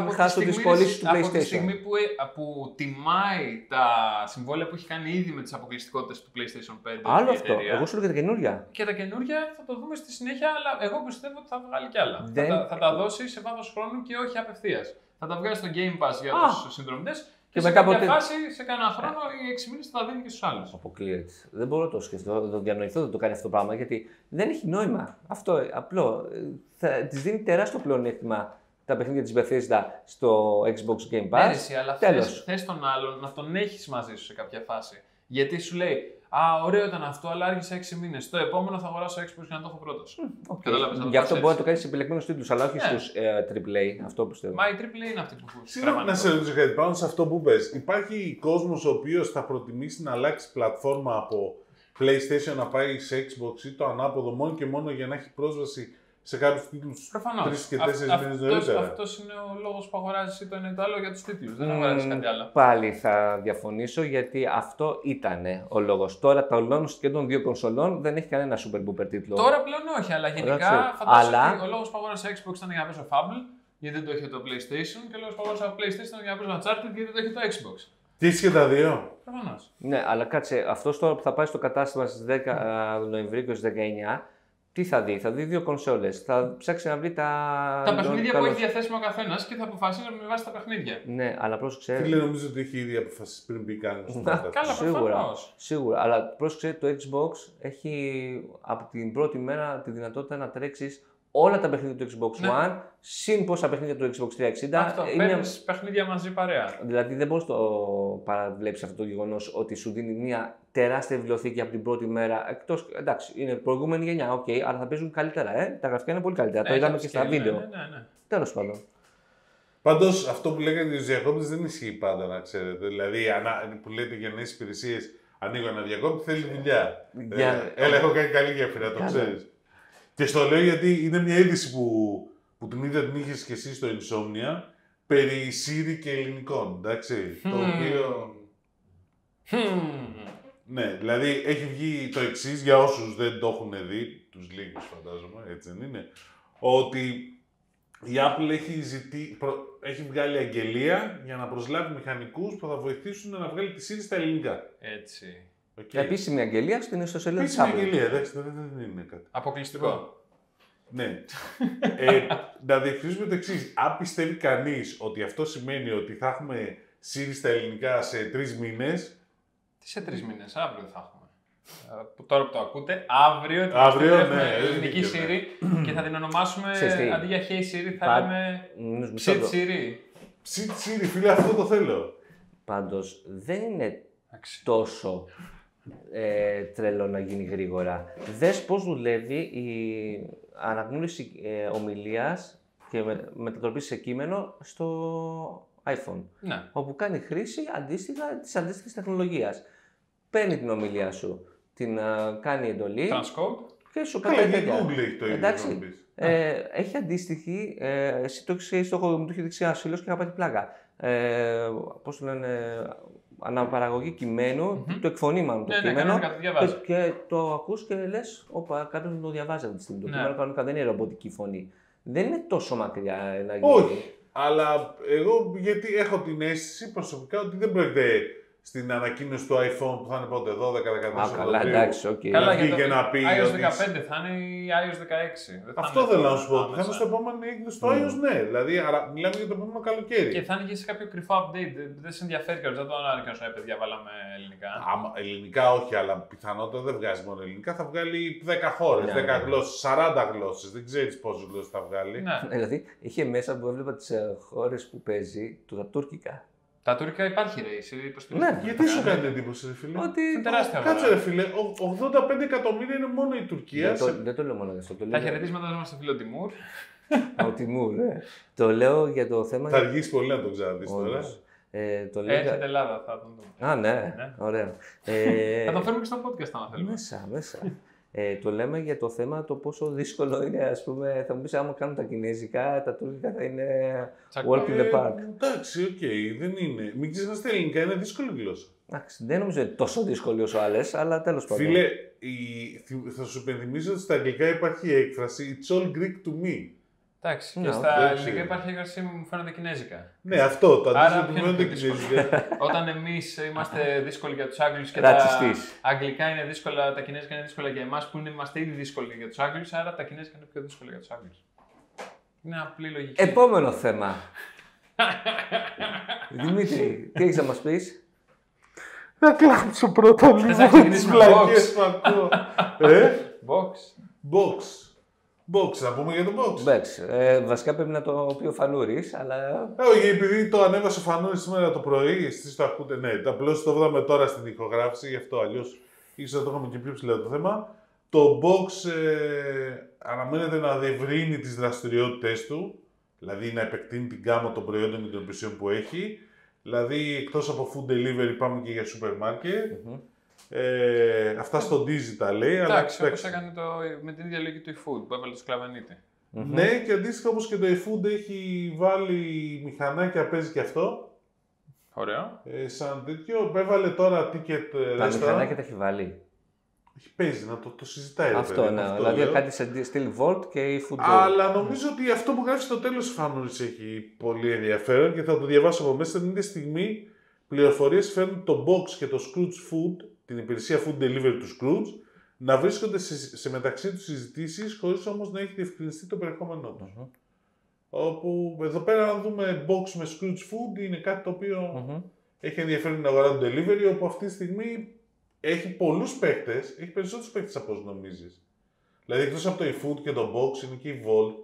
[SPEAKER 3] μην χάσω τις πωλήσεις του
[SPEAKER 1] από τη
[SPEAKER 3] PlayStation.
[SPEAKER 1] στιγμή που, ε, που τιμάει τα συμβόλαια που έχει κάνει ήδη με τις αποκλειστικότητες του PlayStation 5.
[SPEAKER 3] Άλλο
[SPEAKER 1] η
[SPEAKER 3] αυτό.
[SPEAKER 1] εταιρεία.
[SPEAKER 3] Εγώ σου λέω για τα καινούργια.
[SPEAKER 1] Και τα καινούργια θα το δούμε στη συνέχεια, αλλά εγώ πιστεύω ότι θα βγάλει κι άλλα.
[SPEAKER 3] Δεν-
[SPEAKER 1] Θα, τα, θα τα δώσει σε βάθος χρόνου και όχι απευθείας. Θα τα βγάλεις στο Game Pass για
[SPEAKER 3] Α.
[SPEAKER 1] τους συνδρομητές και,
[SPEAKER 3] Και
[SPEAKER 1] σε
[SPEAKER 3] μετά
[SPEAKER 1] κάποια
[SPEAKER 3] ποτέ-
[SPEAKER 1] φάση, σε
[SPEAKER 2] Ε.
[SPEAKER 1] κανένα χρόνο ή 6 μήνες θα τα δίνει και στους άλλους.
[SPEAKER 3] Αποκλείεται. Δεν μπορώ να το σκεφτώ, να το διανοηθώ, να το κάνει αυτό το πράγμα γιατί δεν έχει νόημα. Αυτό ε, απλό. Ε, Θα της δίνει τεράστιο πλεονέκτημα τα παιχνίδια της Bethesda στο Xbox Game
[SPEAKER 1] Ναι,
[SPEAKER 3] Pass.
[SPEAKER 1] αλλά
[SPEAKER 3] τέλος.
[SPEAKER 1] θες τον άλλον να τον έχεις μαζί σου σε κάποια φάση. Γιατί σου λέει, Α, ωραίο ήταν αυτό, αλλά άργησε 6 μήνες. Το επόμενο θα αγοράσω Xbox για να το έχω πρώτος.
[SPEAKER 3] Οκ.
[SPEAKER 1] Κατάλαβες, να το
[SPEAKER 3] Γι' αυτό
[SPEAKER 1] πας
[SPEAKER 3] μπορεί να
[SPEAKER 1] έτσι.
[SPEAKER 3] το κάνεις σε επιλεγμένου τίτλους, αλλά όχι
[SPEAKER 1] Ναι.
[SPEAKER 3] στους στου ε, AAA. Αυτό πιστεύω.
[SPEAKER 1] Μα η AAA είναι αυτή που
[SPEAKER 2] Συγγνώμη να σε ρωτήσω κάτι πάνω σε αυτό που πες. Υπάρχει κόσμος ο οποίος θα προτιμήσει να αλλάξει πλατφόρμα από PlayStation να πάει σε Xbox ή το ανάποδο μόνο και μόνο για να έχει πρόσβαση σε κάποιους τίτλους
[SPEAKER 1] Προφανώς.
[SPEAKER 2] τρεις και τέσσερις μήνες νωρίτερα.
[SPEAKER 1] Αυτό είναι ο λόγος που αγοράζεις ή το ένα ή το άλλο για τους τίτλους. Δεν
[SPEAKER 3] Μμμ,
[SPEAKER 1] αγοράζεις κάτι άλλο.
[SPEAKER 3] Πάλι θα διαφωνήσω γιατί αυτό ήταν ο λόγος. Τώρα τα launch και των δύο κονσολών δεν έχει κανένα super booper τίτλο.
[SPEAKER 1] Τώρα πλέον όχι, αλλά γενικά
[SPEAKER 3] Εντάξει.
[SPEAKER 1] φαντάζομαι
[SPEAKER 3] Αλλά-
[SPEAKER 1] ότι ο λόγος που αγόρασα Xbox ήταν για να παίζω Fable, γιατί δεν το είχε το PlayStation, και ο λόγος που αγόρασα PlayStation ήταν για να παίζω Uncharted, γιατί δεν το είχε το Xbox.
[SPEAKER 2] Τι είσαι και τα δύο.
[SPEAKER 1] Προφανώς.
[SPEAKER 3] Ναι, αλλά κάτσε, αυτός τώρα που θα πάει στο κατάστημα στις 10
[SPEAKER 1] Ναι.
[SPEAKER 3] α, Νοεμβρίου και στις 19, τι θα δει, θα δει δύο κονσόλες. Θα ψάξει να βρει τα.
[SPEAKER 1] Τα παιχνίδια που
[SPEAKER 3] launch-
[SPEAKER 1] έχει διαθέσιμο ο καθένας και θα αποφασίζει με βάση τα παιχνίδια.
[SPEAKER 3] Ναι, αλλά πρόσεξε.
[SPEAKER 2] Φίλε, νομίζω ότι έχει ήδη αποφασίσει πριν μπει κανένα στο μεταξύ.
[SPEAKER 1] Καλά,
[SPEAKER 3] Σίγουρα.
[SPEAKER 1] προφανώς.
[SPEAKER 3] Σίγουρα, αλλά πρόσεξε το Xbox έχει από την πρώτη μέρα τη δυνατότητα να τρέξεις όλα τα παιχνίδια του Xbox
[SPEAKER 1] Ναι.
[SPEAKER 3] One, συν πόσα παιχνίδια του Xbox 360.
[SPEAKER 1] Αυτό.
[SPEAKER 3] Ε,
[SPEAKER 1] Παίρνει παιχνίδια μαζί παρέα.
[SPEAKER 3] Δηλαδή δεν μπορείς να το παραβλέψεις αυτό το γεγονός ότι σου δίνει μια τεράστια βιβλιοθήκη από την πρώτη μέρα. Εκτός, εντάξει, είναι προηγούμενη γενιά, οκ, αλλά θα παίζουν καλύτερα. Ε. Τα γραφικά είναι πολύ καλύτερα. το
[SPEAKER 1] Έχει
[SPEAKER 3] είδαμε και στα
[SPEAKER 1] upscale,
[SPEAKER 3] βίντεο.
[SPEAKER 1] Ναι, ναι, ναι.
[SPEAKER 3] Τέλος πάντων.
[SPEAKER 2] Πάντως, αυτό που λέγατε για τους διακόπτες δεν ισχύει πάντα, να ξέρετε. Δηλαδή, ανά- που λέτε για νέες υπηρεσίες, ανοίγω ένα διακόπτη, θέλει δουλειά.
[SPEAKER 3] Για-
[SPEAKER 2] Ε, Έλα, έχω κάνει καλή γέφυρα, το
[SPEAKER 3] Καλά.
[SPEAKER 2] ξέρεις. Και στο λέω γιατί είναι μια είδηση που, που την είδα την είχες και εσύ στο Insomnia περί Siri και ελληνικών. Εντάξει. Το
[SPEAKER 1] Μμμ.
[SPEAKER 2] οποίο.
[SPEAKER 1] Χμμ.
[SPEAKER 2] Ναι, δηλαδή έχει βγει το εξής για όσους δεν το έχουν δει, τους λίγους φαντάζομαι, έτσι δεν είναι. Ότι η Apple έχει, ζητεί, προ- έχει βγάλει αγγελία για να προσλάβει μηχανικούς που θα βοηθήσουν να βγάλει τη Siri στα ελληνικά.
[SPEAKER 1] Έτσι.
[SPEAKER 2] Okay.
[SPEAKER 3] Επίσημη αγγελία στην ιστοσελίδα της
[SPEAKER 2] Επίσημη
[SPEAKER 3] Apple.
[SPEAKER 2] αγγελία, εντάξει, δεν, δεν είναι κάτι.
[SPEAKER 1] Αποκλειστικό.
[SPEAKER 2] Ναι. ε, να διευκρινίσουμε το εξής. Αν πιστεύει κανείς ότι αυτό σημαίνει ότι θα έχουμε Siri στα ελληνικά σε τρεις μήνες,
[SPEAKER 1] Τι σε τρεις μήνες, αύριο θα έχουμε. Ε, που τώρα που το ακούτε, αύριο την
[SPEAKER 2] Αύριο,
[SPEAKER 1] Παρασκευή
[SPEAKER 2] ναι,
[SPEAKER 1] έχουμε
[SPEAKER 2] δεν
[SPEAKER 1] ελληνική
[SPEAKER 2] είναι
[SPEAKER 1] Siri και θα την ονομάσουμε
[SPEAKER 3] Ξέρεις τι.
[SPEAKER 1] αντί για Hey Siri, θα
[SPEAKER 3] Πα-
[SPEAKER 1] λέμε
[SPEAKER 3] Μισό
[SPEAKER 1] Shit
[SPEAKER 3] λεπτό.
[SPEAKER 1] Siri.
[SPEAKER 2] Siri, Siri, φίλε, αυτό το θέλω.
[SPEAKER 3] Πάντως, δεν είναι
[SPEAKER 1] Εντάξει.
[SPEAKER 3] τόσο ε, τρελό να γίνει γρήγορα. Δες πώς δουλεύει η αναγνώριση ε, ομιλίας και με, μετατροπής σε κείμενο στο iPhone,
[SPEAKER 1] Ναι.
[SPEAKER 3] όπου κάνει χρήση αντίστοιχα της αντίστοιχης τεχνολογίας. Παίρνει την ομιλία σου, την ε, κάνει εντολή
[SPEAKER 1] Transcode.
[SPEAKER 3] και σου
[SPEAKER 2] Καλά,
[SPEAKER 3] κάνει
[SPEAKER 2] και η
[SPEAKER 3] τέτοια.
[SPEAKER 2] Google έχει το ίδιο.
[SPEAKER 3] Εντάξει.
[SPEAKER 2] να πεις.
[SPEAKER 3] Ε, έχει αντίστοιχη, ε, εσύ το ξέρεις, το έχω- μου το έχει δείξει ένας φίλος και είχα πάει την πλάκα. Ε, πώς το λένε, αναπαραγωγή κειμένου,
[SPEAKER 1] Μμμ.
[SPEAKER 3] το εκφωνήμα μου το
[SPEAKER 1] Ναι, ναι,
[SPEAKER 3] κείμενο.
[SPEAKER 1] κανονικά το
[SPEAKER 3] και,
[SPEAKER 1] διαβάζεις.
[SPEAKER 3] και το ακούς και λες, όπα, κάποιος μου το διαβάζει αυτή τη στιγμή. Το
[SPEAKER 1] Ναι.
[SPEAKER 3] κείμενο κανονικά δεν είναι ρομποτική φωνή. Δεν είναι τόσο μακριά ε, να γίνει.
[SPEAKER 2] Όχι. Αλλά εγώ γιατί έχω την αίσθηση προσωπικά ότι δεν πρόκειται στην ανακοίνωση του iPhone που θα είναι πότε 12-14
[SPEAKER 3] Α, καλά,
[SPEAKER 2] Οκτωβρίου.
[SPEAKER 3] εντάξει, οκ.
[SPEAKER 2] Καλά.
[SPEAKER 1] για
[SPEAKER 2] βγει και να πει
[SPEAKER 1] iOS
[SPEAKER 2] ότι-
[SPEAKER 1] 15 θα είναι ή iOS 16. Δεν θα
[SPEAKER 2] Αυτό
[SPEAKER 1] είναι
[SPEAKER 2] θέλω να σου πω. ότι Θα
[SPEAKER 1] άμεσα.
[SPEAKER 2] είναι στο επόμενο έκδοση του
[SPEAKER 3] Μμμ.
[SPEAKER 2] iOS, ναι. Δηλαδή, άρα μιλάμε για το επόμενο καλοκαίρι.
[SPEAKER 1] Και θα είναι και σε κάποιο κρυφό update. δεν- Δεν σε ενδιαφέρει κανένα. Δεν το ανακοινώσω. Ε, παιδιά, βάλαμε ελληνικά.
[SPEAKER 2] Άμα, ελληνικά όχι, αλλά πιθανότατα δεν βγάζει μόνο ελληνικά. Θα βγάλει 10 χώρες, 10
[SPEAKER 3] Ναι, ναι.
[SPEAKER 2] γλώσσες, 40 γλώσσες. Δεν ξέρεις πόσες γλώσσες θα βγάλει.
[SPEAKER 1] Ναι.
[SPEAKER 3] Ε, Δηλαδή, είχε μέσα που έβλεπα τις ε, χώρες που παίζει, του τα τουρκικά.
[SPEAKER 1] Τα τουρκικά υπάρχει ρε, εσύ υποστηρίζεις.
[SPEAKER 3] Ναι.
[SPEAKER 2] Γιατί σου κάνει εντύπωση, ρε φίλε.
[SPEAKER 3] Ότι
[SPEAKER 1] Είναι τεράστια
[SPEAKER 2] Κάτσε, ρε
[SPEAKER 1] αγορά.
[SPEAKER 2] φίλε. ο- 85 εκατομμύρια είναι μόνο η Τουρκία.
[SPEAKER 3] δεν, το,
[SPEAKER 2] σε-
[SPEAKER 3] δεν το λέω μόνο γι' αυτό, το
[SPEAKER 1] Τα
[SPEAKER 3] λέω για-
[SPEAKER 1] χαιρετίσματα μας στο φίλο Τιμούρ.
[SPEAKER 3] Ε, Α, ο Τιμούρ, ναι. Το λέω για το θέμα...
[SPEAKER 2] Θα αργήσει πολύ να το ξαναδείς τώρα.
[SPEAKER 3] Όντως. Ε, το λέω για-
[SPEAKER 1] Έρχεται Ελλάδα, θα τον δούμε.
[SPEAKER 3] Α, ναι,
[SPEAKER 1] Ναι.
[SPEAKER 3] ωραία. Ε, ναι.
[SPEAKER 1] Θα τον φέρουμε και στο podcast αν θέλουμε.
[SPEAKER 3] Μέσα, μέσα. Ε, το λέμε για το θέμα το πόσο δύσκολο είναι, ας πούμε, θα μου πεις άμα κάνουν τα κινέζικα, τα τουρκικά θα είναι
[SPEAKER 1] Τσακ.
[SPEAKER 3] walk in the park.
[SPEAKER 2] Ε, εντάξει, οκ, δεν είναι. Μην ξεχνάστε ελληνικά, είναι δύσκολη γλώσσα.
[SPEAKER 3] Εντάξει, δεν νομίζω είναι τόσο δύσκολη όσο άλλες, αλλά τέλος πάντων.
[SPEAKER 2] Φίλε, η- θυ- θα σου υπενθυμίσω ότι στα αγγλικά υπάρχει η έκφραση It's all Greek to me.
[SPEAKER 1] Εντάξει, και
[SPEAKER 3] Ναι,
[SPEAKER 1] στα
[SPEAKER 2] εντάξει.
[SPEAKER 1] ελληνικά υπάρχει έκφραση μου φαίνονται κινέζικα.
[SPEAKER 2] Ναι, αυτό, το
[SPEAKER 1] Άρα
[SPEAKER 2] αντίστοιχο
[SPEAKER 1] ποιο
[SPEAKER 2] του
[SPEAKER 1] είναι
[SPEAKER 2] δεν
[SPEAKER 1] το δύσκολο.
[SPEAKER 2] κινέζικα.
[SPEAKER 1] Όταν εμείς είμαστε δύσκολοι για τους Άγγλους και
[SPEAKER 3] Ρατσιστής.
[SPEAKER 1] τα αγγλικά είναι δύσκολα, τα κινέζικα είναι δύσκολα για εμάς που είναι- είμαστε ήδη δύσκολοι για τους Άγγλους, άρα τα κινέζικα είναι πιο δύσκολα για τους Άγγλους. Είναι απλή λογική.
[SPEAKER 3] Επόμενο θέμα. Δημήτρη, τι έχεις να μας πεις.
[SPEAKER 2] Να κλάψω πρώτα
[SPEAKER 1] Θες να
[SPEAKER 2] λίγο τις
[SPEAKER 1] ξεκινήσουμε
[SPEAKER 2] βλακίες που ακούω. Ε,
[SPEAKER 1] Box.
[SPEAKER 2] box. Box, να πούμε για το
[SPEAKER 1] Ναι.
[SPEAKER 2] box.
[SPEAKER 3] Εντάξει, ε, βασικά πρέπει να το πει ο Φανούρης, αλλά.
[SPEAKER 2] Ε, όχι, επειδή το ανέβασε ο Φανούρης σήμερα το πρωί, εσείς το ακούτε, ναι. Απλώς το βγάλαμε τώρα στην ηχογράφηση, γι' αυτό αλλιώς ίσως το είχαμε και πιο ψηλά το θέμα. Το box ε, αναμένεται να διευρύνει τις δραστηριότητέ του, δηλαδή να επεκτείνει την γάμα των προϊόντων και των υπηρεσιών που έχει. Δηλαδή, εκτός από food delivery, πάμε και για σούπερ μάρκετ.
[SPEAKER 3] Μμμ.
[SPEAKER 2] Ε, αυτά στο digital λέει, αλλά
[SPEAKER 1] Εντάξει, όπως
[SPEAKER 2] εντάξει.
[SPEAKER 1] έκανε το, με την ίδια λογική του eFood που έβαλε το σκλαβανίτη.
[SPEAKER 3] Μμμ.
[SPEAKER 2] Ναι, και αντίστοιχα όπως και το eFood έχει βάλει μηχανάκια, παίζει και αυτό.
[SPEAKER 1] Ωραίο.
[SPEAKER 2] Ε, σαν τέτοιο, έβαλε τώρα ticket ε,
[SPEAKER 3] Τα
[SPEAKER 2] restaurant.
[SPEAKER 3] μηχανάκια τα έχει βάλει.
[SPEAKER 2] Όχι, Παίζει να το, το συζητάει. ρε
[SPEAKER 3] αυτό,
[SPEAKER 2] παιδί,
[SPEAKER 3] ναι.
[SPEAKER 2] Ε, αυτό
[SPEAKER 3] δηλαδή
[SPEAKER 2] λέω.
[SPEAKER 3] κάτι Ναι. σε στυλ Volt και η Food
[SPEAKER 2] Αλλά νομίζω ότι αυτό που γράφεις στο τέλος Φανούρη έχει πολύ ενδιαφέρον και θα το διαβάσω από μέσα. Την ίδια στιγμή πληροφορίες φέρνουν το Box και το Scrooge Food, την υπηρεσία Food Delivery του Scrooge, να βρίσκονται σε, σε μεταξύ τους συζητήσεις χωρίς όμως να έχει διευκρινιστεί το περιεχόμενό τους.
[SPEAKER 3] Μμμ.
[SPEAKER 2] Όπου εδώ πέρα, αν δούμε Box με Scrooge Food, είναι κάτι το οποίο
[SPEAKER 3] Μμμ.
[SPEAKER 2] έχει ενδιαφέρον την αγορά του delivery, όπου αυτή τη στιγμή έχει πολλούς παίκτες, έχει περισσότερους παίκτες από όσους νομίζεις. Δηλαδή εκτός από το eFood και το Box είναι και η Volt,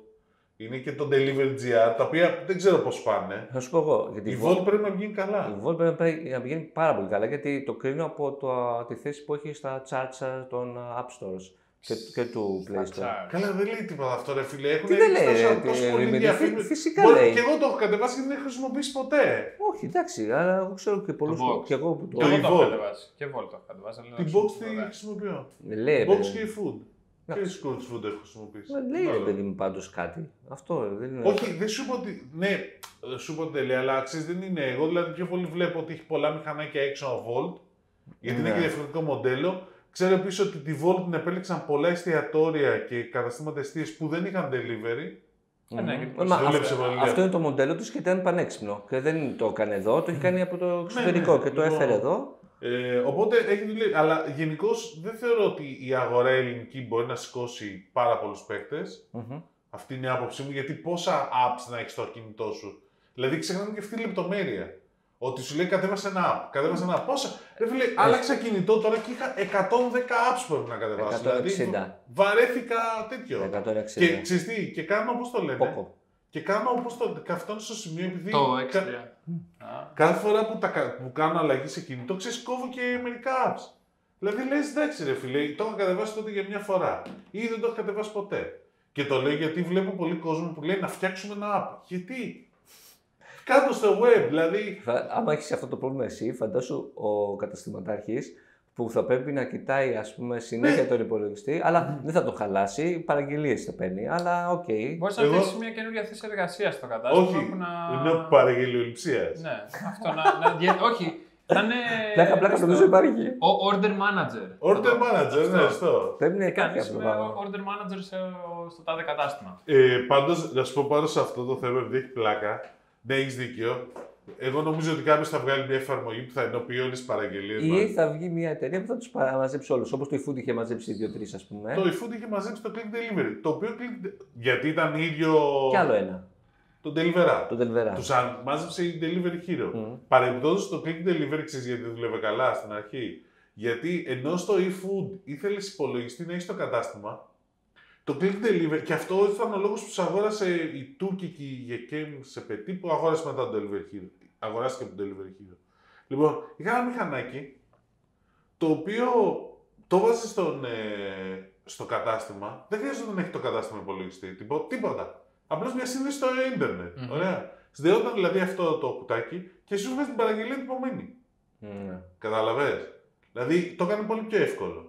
[SPEAKER 2] είναι και το Delivery.gr, τα οποία δεν ξέρω πώς πάνε.
[SPEAKER 3] Θα σου πω εγώ. Γιατί
[SPEAKER 2] Η Volt πρέπει να βγει καλά.
[SPEAKER 3] Η Volt πρέπει να πάει- να πηγαίνει πάρα πολύ καλά γιατί το κρίνω από το, τη θέση που έχει στα charts των uh, App Stores και, και του Play Store.
[SPEAKER 1] Στα charts.
[SPEAKER 2] Καλά, δεν λέει τίποτα αυτό, ρε φίλε. Έχουν
[SPEAKER 3] Τι δεν λέει,
[SPEAKER 2] τόσο-
[SPEAKER 3] ρε,
[SPEAKER 2] Ναι, τόσο
[SPEAKER 3] τι-
[SPEAKER 2] πολύ
[SPEAKER 3] ρε, παιδί,
[SPEAKER 2] διαφήμιση.
[SPEAKER 3] φυ- φυσικά
[SPEAKER 2] Μπορεί-
[SPEAKER 3] λέει.
[SPEAKER 2] Και εγώ το έχω κατεβάσει και δεν έχω χρησιμοποιήσει ποτέ.
[SPEAKER 3] Όχι, εντάξει, αλλά εγώ ξέρω και πολλούς.
[SPEAKER 1] Vox.
[SPEAKER 3] Και εγώ που το.
[SPEAKER 1] Και εγώ το έχω
[SPEAKER 2] eVolt.
[SPEAKER 1] κατεβάσει. Και Volt το έχω κατεβάσει. αλλά
[SPEAKER 2] Την
[SPEAKER 1] δεν
[SPEAKER 2] Box
[SPEAKER 1] ξέρω τι
[SPEAKER 2] τη
[SPEAKER 1] θα
[SPEAKER 2] χρησιμοποιώ.
[SPEAKER 3] Ε, Λέει, ρε,
[SPEAKER 2] Box
[SPEAKER 3] παιδί
[SPEAKER 2] και
[SPEAKER 3] μου.
[SPEAKER 2] η Food.
[SPEAKER 3] Ναι.
[SPEAKER 2] Και η Scrooge Food έχω χρησιμοποιήσει.
[SPEAKER 3] Ε, Λέει, ρε
[SPEAKER 2] Άλλο.
[SPEAKER 3] παιδί μου, πάντως κάτι. Αυτό ρε, δεν είναι.
[SPEAKER 2] Όχι, δεν σου είπα ότι. Ναι, ε, σου είπα ότι τελεία, αλλά αξίζει δεν είναι. Εγώ δηλαδή πιο πολύ βλέπω ότι έχει πολλά μηχανάκια έξω από Volt, γιατί είναι
[SPEAKER 3] Ναι.
[SPEAKER 2] και διαφορετικό μοντέλο. Ξέρω επίσης ότι τη Volt την επέλεξαν πολλά εστιατόρια και καταστήματα εστίαση που δεν είχαν delivery.
[SPEAKER 1] Ναι, ναι, γιατί
[SPEAKER 3] Ε, μα
[SPEAKER 2] δούλεψε
[SPEAKER 3] αυτό-
[SPEAKER 2] πολύ.
[SPEAKER 3] Αυτό είναι το μοντέλο του και ήταν πανέξυπνο. Και δεν το έκανε εδώ, το είχε κάνει από το εξωτερικό
[SPEAKER 2] ναι,
[SPEAKER 3] και το
[SPEAKER 2] λοιπόν.
[SPEAKER 3] έφερε εδώ.
[SPEAKER 2] Ε, οπότε έχει δουλεύει. Αλλά γενικώς δεν θεωρώ ότι η αγορά ελληνική μπορεί να σηκώσει πάρα πολλούς παίκτες.
[SPEAKER 3] Μμμ.
[SPEAKER 2] Αυτή είναι η άποψή μου, γιατί πόσα apps να έχεις στο κινητό σου. Δηλαδή ξεχνάμε και αυτή τη λεπτομέρεια. Ότι σου λέει κατέβασε ένα app, κατέβασε ένα app. Πόσα. Ρε φίλε, άλλαξα κινητό τώρα και είχα 110 apps που έπρεπε να κατεβάσω. Δηλαδή,
[SPEAKER 3] 160.
[SPEAKER 2] βαρέθηκα τέτοιο.
[SPEAKER 3] 160.
[SPEAKER 2] Και ξέρεις τι, και κάνω όπω το λένε.
[SPEAKER 3] Πόκο.
[SPEAKER 2] Και κάνω όπως το. και αυτό είναι στο σημείο, επειδή.
[SPEAKER 1] Το
[SPEAKER 2] κα-
[SPEAKER 1] X3. Α.
[SPEAKER 2] Κάθε φορά που, τα, κα- που κάνω αλλαγή σε κινητό, ξέρεις, κόβω και μερικά apps. Δηλαδή λες, εντάξει, ρε φίλε, το είχα κατεβάσει τότε για μια φορά. Ή δεν το είχα κατεβάσει ποτέ. Και το λέω γιατί βλέπω πολύ κόσμο που λέει να φτιάξουμε ένα app. Γιατί. Κάτω στο web, δηλαδή.
[SPEAKER 3] Θα- Άμα έχεις αυτό το πρόβλημα εσύ, φαντάσου ο καταστηματάρχης που θα πρέπει να κοιτάει ας πούμε, συνέχεια
[SPEAKER 2] Ναι.
[SPEAKER 3] τον υπολογιστή, αλλά δεν θα τον χαλάσει. Παραγγελίες θα παίρνει, αλλά οκ.
[SPEAKER 1] Μπορείς να
[SPEAKER 2] Εγώ-
[SPEAKER 1] θέσει μια καινούργια θέση εργασίας στο κατάστημα.
[SPEAKER 2] Όχι,
[SPEAKER 1] που να...
[SPEAKER 2] Είναι παραγγελιοληψίας.
[SPEAKER 1] Ναι, αυτό να. να δια- όχι, να είναι.
[SPEAKER 3] Πλάκα, πλάκα,
[SPEAKER 1] στο-
[SPEAKER 3] νομίζω υπάρχει.
[SPEAKER 1] Ο order manager.
[SPEAKER 2] Order
[SPEAKER 1] Θα
[SPEAKER 2] manager, ναι, σωστό.
[SPEAKER 3] Πρέπει να
[SPEAKER 1] το
[SPEAKER 3] υπάρχει
[SPEAKER 1] κάνεις
[SPEAKER 3] αυτό το
[SPEAKER 1] με
[SPEAKER 3] πράγμα.
[SPEAKER 1] order manager σε- στο τάδε κατάστημα.
[SPEAKER 2] Ε, Πάντως, να σου πω πάνω σε αυτό το θέμα, επειδή έχει πλάκα, ναι, έχεις δίκιο. Εγώ νομίζω ότι κάποιος θα βγάλει μια εφαρμογή που θα ενοποιεί όλε τι παραγγελίες
[SPEAKER 3] Ή θα βγει μια εταιρεία που θα τους μαζέψει όλους. Όπως το eFood είχε μαζέψει δύο-τρει, ας πούμε.
[SPEAKER 2] Το eFood είχε μαζέψει το click delivery. Το οποίο click... Γιατί ήταν ίδιο.
[SPEAKER 3] Και άλλο ένα.
[SPEAKER 2] Το delivery.
[SPEAKER 3] Το Τελβερά.
[SPEAKER 2] Του μάζεψε η delivery hero.
[SPEAKER 3] Μμμ.
[SPEAKER 2] Παρεμπιπτόντως το click delivery ξέρεις γιατί δούλευε καλά στην αρχή. Γιατί ενώ στο eFood ήθελες υπολογιστή να έχεις το κατάστημα, το click delivery. Και αυτό ήταν ο λόγος που τους αγόρασε η τουρκική γεκέμ σε πετή που αγόρασε μετά το delivery hero. Αγοράστηκε από το delivery hero. Λοιπόν, είχα ένα μηχανάκι το οποίο το βάζεις στον, ε, στο κατάστημα. Δεν χρειάζεται να έχει το κατάστημα υπολογιστή. τίπο- Τίποτα. Απλώς μια σύνδεση στο ίντερνετ.
[SPEAKER 1] Μμμ.
[SPEAKER 2] Ωραία. Συνδεόταν δηλαδή αυτό το κουτάκι και σου βγάζει την παραγγελία την επομένη.
[SPEAKER 3] Μμ.
[SPEAKER 2] Καταλαβες. Δηλαδή το έκανε πολύ πιο εύκολο.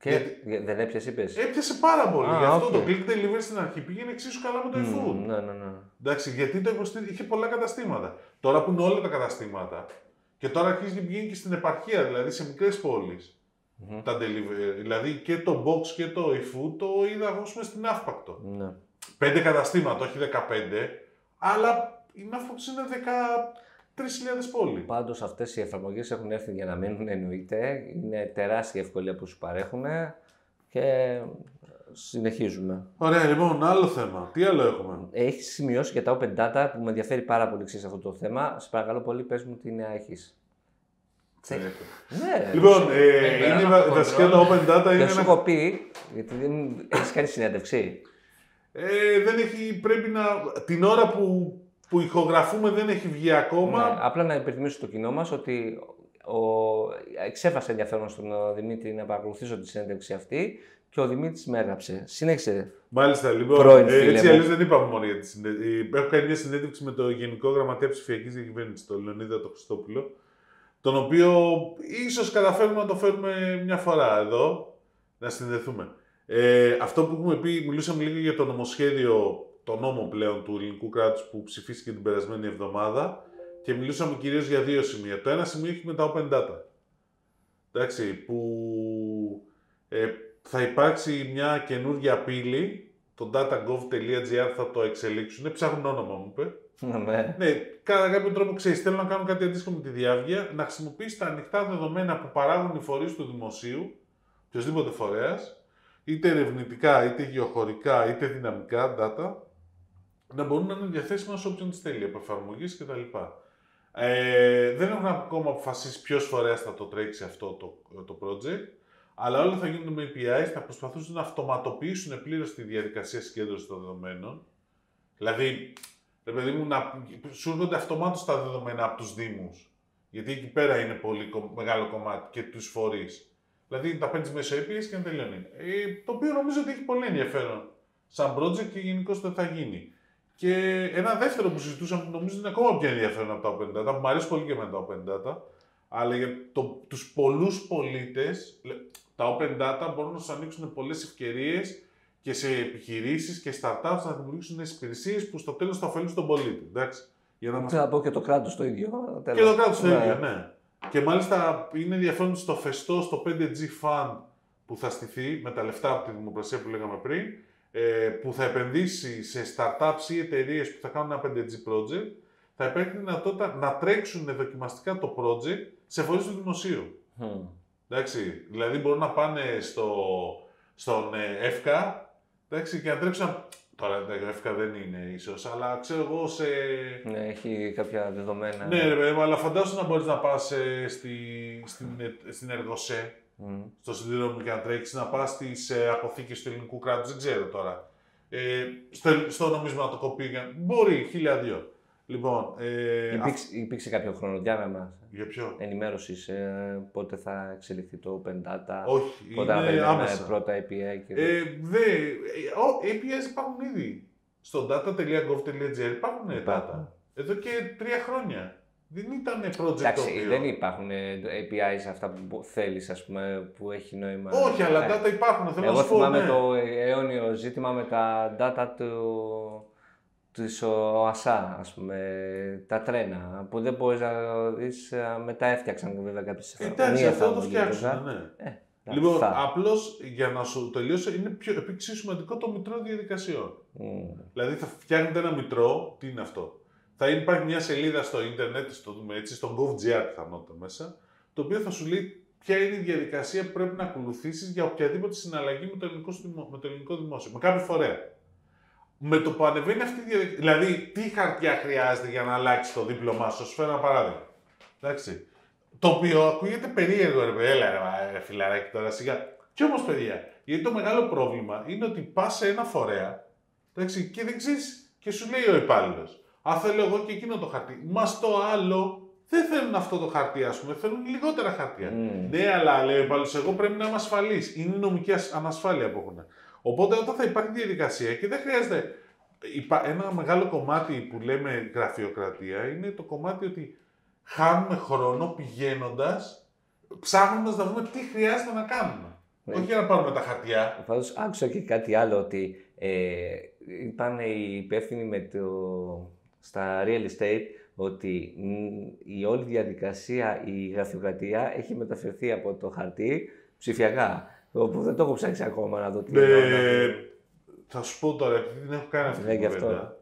[SPEAKER 3] Και
[SPEAKER 2] Γιατί- Ε,
[SPEAKER 3] δεν έπιασε, είπες.
[SPEAKER 2] Έπιασε πάρα πολύ.
[SPEAKER 3] Α,
[SPEAKER 2] Γι' αυτό
[SPEAKER 3] οκ.
[SPEAKER 2] το click delivery στην αρχή πήγαινε εξίσου καλά με το eFood.
[SPEAKER 3] ναι, ναι, ναι.
[SPEAKER 2] Εντάξει, γιατί το υποστήριζε, είχε πολλά καταστήματα. Τώρα που είναι όλα τα καταστήματα και τώρα αρχίζει να πηγαίνει και στην επαρχία, δηλαδή σε μικρές
[SPEAKER 3] Μμμ.
[SPEAKER 2] Τα delivery, δηλαδή και το box και το eFood το είδα εγώ ας πούμε, στην Αύπακτο.
[SPEAKER 3] ναι.
[SPEAKER 2] Πέντε καταστήματα, όχι 15, αλλά η Αύπακτος είναι 13.000 πόλη.
[SPEAKER 3] Πάντως αυτές οι εφαρμογές έχουν έρθει για να μείνουν, εννοείται. Είναι τεράστια ευκολία που σου παρέχουν και συνεχίζουμε.
[SPEAKER 2] Ωραία, λοιπόν, άλλο θέμα. Τι άλλο έχουμε.
[SPEAKER 3] Έχεις σημειώσει για τα open data που με ενδιαφέρει πάρα πολύ ξέρεις, αυτό το θέμα. Σε παρακαλώ πολύ, πες μου τι νέα έχεις.
[SPEAKER 2] Ε,
[SPEAKER 3] Ναι,
[SPEAKER 2] Λοιπόν, ε,
[SPEAKER 1] Ε,
[SPEAKER 2] είναι
[SPEAKER 1] πέραν
[SPEAKER 2] βα-
[SPEAKER 1] από
[SPEAKER 2] βασικά τα
[SPEAKER 1] control.
[SPEAKER 2] open data είναι
[SPEAKER 3] δεν σου
[SPEAKER 2] ένα...
[SPEAKER 3] έχω πει, γιατί δεν έχεις κάνει συνέντευξη.
[SPEAKER 2] Ε, δεν έχει, πρέπει να... Την ώρα που, που ηχογραφούμε δεν έχει βγει ακόμα.
[SPEAKER 3] Ναι, απλά να υπενθυμίσω στο κοινό μας ότι ο... εξέφρασε ενδιαφέρον στον ε, Δημήτρη να παρακολουθήσω τη συνέντευξη αυτή και ο Δημήτρης με έγραψε. Συνέχισε.
[SPEAKER 2] Μάλιστα, λοιπόν.
[SPEAKER 3] Πρώην
[SPEAKER 2] ε,
[SPEAKER 3] φίλε
[SPEAKER 2] έτσι
[SPEAKER 3] μου.
[SPEAKER 2] αλλιώς δεν είπαμε μόνο για τη συνέντευξη. Έχω κάνει μια συνέντευξη με το Γενικό Γραμματέα Ψηφιακής Διακυβέρνησης, τον Λεωνίδα τον Χριστόπουλο, τον οποίο ίσως καταφέρουμε να το φέρουμε μια φορά εδώ, να συνδεθούμε. Ε, αυτό που έχουμε πει, μιλούσαμε λίγο για το νομοσχέδιο, το νόμο πλέον του ελληνικού κράτους που ψηφίστηκε την περασμένη εβδομάδα και μιλούσαμε κυρίως για δύο σημεία. Το ένα σημείο έχει με τα open data. Εντάξει, που ε, θα υπάρξει μια καινούργια πύλη, το datagov.gr θα το εξελίξουν. Ψάχνουν όνομα, μου είπε.
[SPEAKER 3] ναι.
[SPEAKER 2] Ναι, κατά κάποιο τρόπο ξέρεις, θέλω να κάνω κάτι αντίστοιχο με τη διάβγεια, να χρησιμοποιήσει τα ανοιχτά δεδομένα που παράγουν οι φορείς του δημοσίου, οποιοδήποτε φορέας, είτε ερευνητικά, είτε γεωχωρικά, είτε δυναμικά data, να μπορούν να είναι διαθέσιμα σε όποιον τις θέλει, από εφαρμογέ κτλ. Ε, δεν έχουν ακόμα αποφασίσει ποιος φορέας θα το τρέξει αυτό το, το project, αλλά όλα θα γίνονται με API, θα προσπαθήσουν να αυτοματοποιήσουν πλήρως τη διαδικασία συγκέντρωσης των δεδομένων. Δηλαδή, ρε παιδί μου, να, σου έρχονται αυτομάτως τα δεδομένα από τους Δήμους. Γιατί εκεί πέρα είναι πολύ κο- μεγάλο κομμάτι και τους φορείς. Δηλαδή τα παίρνει μέσω APIs και να τελειώνει. Ε, το οποίο νομίζω ότι έχει πολύ ενδιαφέρον σαν project και γενικώς το θα γίνει. Και ένα δεύτερο που συζητούσαμε που νομίζω είναι ακόμα πιο ενδιαφέρον από τα Open Data, που μου αρέσει πολύ και εμένα τα Open Data, αλλά για το, τους πολλούς πολίτες, λε- τα Open Data μπορούν να σου ανοίξουν πολλές ευκαιρίες και σε επιχειρήσεις και startups να δημιουργήσουν νέες υπηρεσίες που στο τέλος θα ωφελούν τον πολίτη, εντάξει. Για να μας...
[SPEAKER 3] Θα πω και το κράτος το ίδιο. αλλά τέλος.
[SPEAKER 2] Και το κράτος το
[SPEAKER 3] Ναι.
[SPEAKER 2] ίδιο, ναι. Και μάλιστα είναι ενδιαφέρον στο φεστό, στο 5G Fund που θα στηθεί με τα λεφτά από τη δημοπρασία που λέγαμε πριν, ε, που θα επενδύσει σε startups ή εταιρείες που θα κάνουν ένα 5G project, θα υπάρχει δυνατότητα να τρέξουν δοκιμαστικά το project σε φορείς του δημοσίου.
[SPEAKER 3] Μμμ.
[SPEAKER 2] Εντάξει, δηλαδή μπορούν να πάνε στο, στον ε, ΕΦΚΑ εντάξει, και να τρέξουν. ένα- Τώρα το ΕΦΚΑ δεν είναι ίσως, αλλά ξέρω εγώ σε.
[SPEAKER 3] Ναι, έχει κάποια δεδομένα.
[SPEAKER 2] Ναι, ρε παιδί μου, αλλά φαντάσου να μπορείς να πας στη, στην, ε, στην Εργοσέ,
[SPEAKER 3] Μμμ.
[SPEAKER 2] στο συνδρόμο και να τρέξεις, να πας στις ε, αποθήκες του ελληνικού κράτους, δεν ξέρω τώρα. Ε, στο, στο νομισματοκοπείο. για- Μπορεί, χίλια δυο. Λοιπόν, ε, αυ-
[SPEAKER 3] Υπήρξε, υπήρξε κάποιο χρονοδιάγραμμα
[SPEAKER 2] για ποιο.
[SPEAKER 3] ενημέρωσης πότε θα εξελιχθεί το Open Data.
[SPEAKER 2] Όχι,
[SPEAKER 3] πότε θα
[SPEAKER 2] είναι
[SPEAKER 3] βγαίνουν,
[SPEAKER 2] άμεσα.
[SPEAKER 3] ε, πρώτα API και.
[SPEAKER 2] Ε, δε, ε, ο, APIs υπάρχουν ήδη. Στο data.gov.gr υπάρχουν ε, data.
[SPEAKER 3] Υπάρχουν.
[SPEAKER 2] Εδώ και τρία χρόνια. Δεν ήταν project το
[SPEAKER 3] Εντάξει,
[SPEAKER 2] οποίο-
[SPEAKER 3] δεν υπάρχουν ε, APIs αυτά που θέλεις, ας πούμε, που έχει νόημα.
[SPEAKER 2] Όχι, αλλά
[SPEAKER 3] Ναι.
[SPEAKER 2] data υπάρχουν. Θέλω να
[SPEAKER 3] Εγώ
[SPEAKER 2] σου πω,
[SPEAKER 3] θυμάμαι
[SPEAKER 2] ναι.
[SPEAKER 3] το αιώνιο ζήτημα με τα data του, της ΟΑΣΑ, ας πούμε, τα τρένα, που δεν μπορείς να δεις, ε, μετά έφτιαξαν βέβαια κάποιες
[SPEAKER 2] Ε, Εντάξει,
[SPEAKER 3] μία
[SPEAKER 2] αυτό το
[SPEAKER 3] εφαρμογή,
[SPEAKER 2] φτιάξουν,
[SPEAKER 3] βέβαια.
[SPEAKER 2] ναι.
[SPEAKER 3] Ναι,
[SPEAKER 2] Λοιπόν,
[SPEAKER 3] θα.
[SPEAKER 2] απλώς για να σου τελειώσω, είναι πιο εξίσου σημαντικό το μητρό διαδικασιών.
[SPEAKER 3] Μμ.
[SPEAKER 2] Δηλαδή, θα φτιάχνετε ένα μητρό, τι είναι αυτό. Θα υπάρχει μια σελίδα στο ίντερνετ, στο δούμε έτσι, στο gov.gr πιθανότητα μέσα, το οποίο θα σου λέει ποια είναι η διαδικασία που πρέπει να ακολουθήσεις για οποιαδήποτε συναλλαγή με το ελληνικό, σου δημο- με το ελληνικό δημόσιο, με κάποιο φορέα. Με το που ανεβαίνει αυτή η διαδικασία. Δηλαδή, τι χαρτιά χρειάζεται για να αλλάξεις το δίπλωμά σου, σου φέρω ένα παράδειγμα. Εντάξει. Το οποίο ακούγεται περίεργο, ρε παιδί, έλα, ρε, ρε, φιλαράκι τώρα σιγά. Κι όμως, παιδιά, γιατί το μεγάλο πρόβλημα είναι ότι πας σε ένα φορέα εντάξει, και δεν ξέρεις και σου λέει ο υπάλληλος. Α, θέλω εγώ και εκείνο το χαρτί. Μα το άλλο δεν θέλουν αυτό το χαρτί, ας πούμε, θέλουν λιγότερα χαρτιά.
[SPEAKER 3] Μμ.
[SPEAKER 2] Ναι, αλλά λέει ο υπάλληλο, εγώ πρέπει να είμαι ασφαλής. Είναι η νομική ασ- ανασφάλεια που έχουν. Οπότε όταν θα υπάρχει διαδικασία και δεν χρειάζεται. υπά- Ένα μεγάλο κομμάτι που λέμε γραφειοκρατία είναι το κομμάτι ότι χάνουμε χρόνο πηγαίνοντας, ψάχνοντας να δούμε τι χρειάζεται να κάνουμε. Όχι για να πάρουμε τα χαρτιά.
[SPEAKER 3] Πάντω άκουσα και κάτι άλλο ότι ε, είπαν οι υπεύθυνοι με το, στα real estate ότι μ, η όλη διαδικασία, η γραφειοκρατία έχει μεταφερθεί από το χαρτί ψηφιακά. Όπου δεν το έχω ψάξει ακόμα να δω τι είναι όλα.
[SPEAKER 2] Ε, θα σου πω τώρα, επειδή την έχω κάνει αυτή
[SPEAKER 3] Ναι,
[SPEAKER 2] την
[SPEAKER 3] γι' αυτό.
[SPEAKER 2] κουβέντα.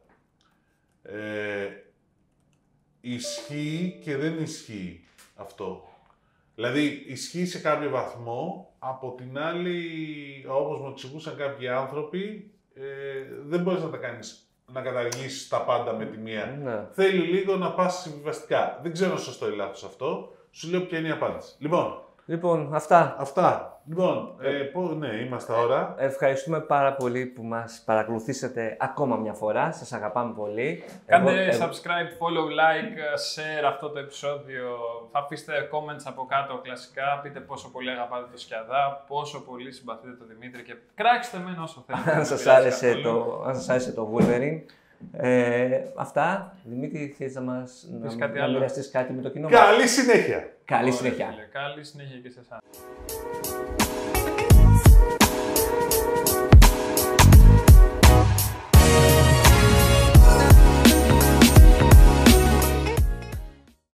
[SPEAKER 2] Ε, ισχύει και δεν ισχύει αυτό. Δηλαδή, ισχύει σε κάποιο βαθμό, από την άλλη, όπως μου εξηγούσαν κάποιοι άνθρωποι, ε, δεν μπορείς να τα κάνεις, να καταργήσεις τα πάντα με τη μία.
[SPEAKER 3] Ναι.
[SPEAKER 2] Θέλει λίγο να πας συμβιβαστικά. Δεν ξέρω σωστό ή λάθος αυτό. Σου λέω ποια είναι η απάντηση. Λοιπόν,
[SPEAKER 3] Λοιπόν, αυτά.
[SPEAKER 2] αυτά. Λοιπόν, ε, πω- ναι, είμαστε ώρα.
[SPEAKER 3] Ευχαριστούμε πάρα πολύ που μας παρακολουθήσατε ακόμα μια φορά. Σας αγαπάμε πολύ. Εγώ-
[SPEAKER 1] Κάντε
[SPEAKER 3] εγώ-
[SPEAKER 1] subscribe, follow, like, share αυτό το επεισόδιο. Θα αφήστε comments από κάτω κλασικά. Πείτε πόσο πολύ αγαπάτε το Σκιαδά, πόσο πολύ συμπαθείτε τον Δημήτρη και κράξτε με όσο θέλετε.
[SPEAKER 3] αν
[SPEAKER 1] Δεν
[SPEAKER 3] σας,
[SPEAKER 1] πειράζει
[SPEAKER 3] άρεσε
[SPEAKER 1] καθόλου.
[SPEAKER 3] το, αν σας άρεσε το Wolverine. Ε, αυτά. Δημήτρη, θες να μας να,
[SPEAKER 1] Θες κάτι
[SPEAKER 3] να
[SPEAKER 1] άλλο?
[SPEAKER 3] μοιραστείς κάτι με το κοινό μας.
[SPEAKER 2] Καλή συνέχεια.
[SPEAKER 3] Καλή
[SPEAKER 1] Ωραία,
[SPEAKER 3] συνέχεια.
[SPEAKER 1] φίλε. Καλή συνέχεια και σε εσάς.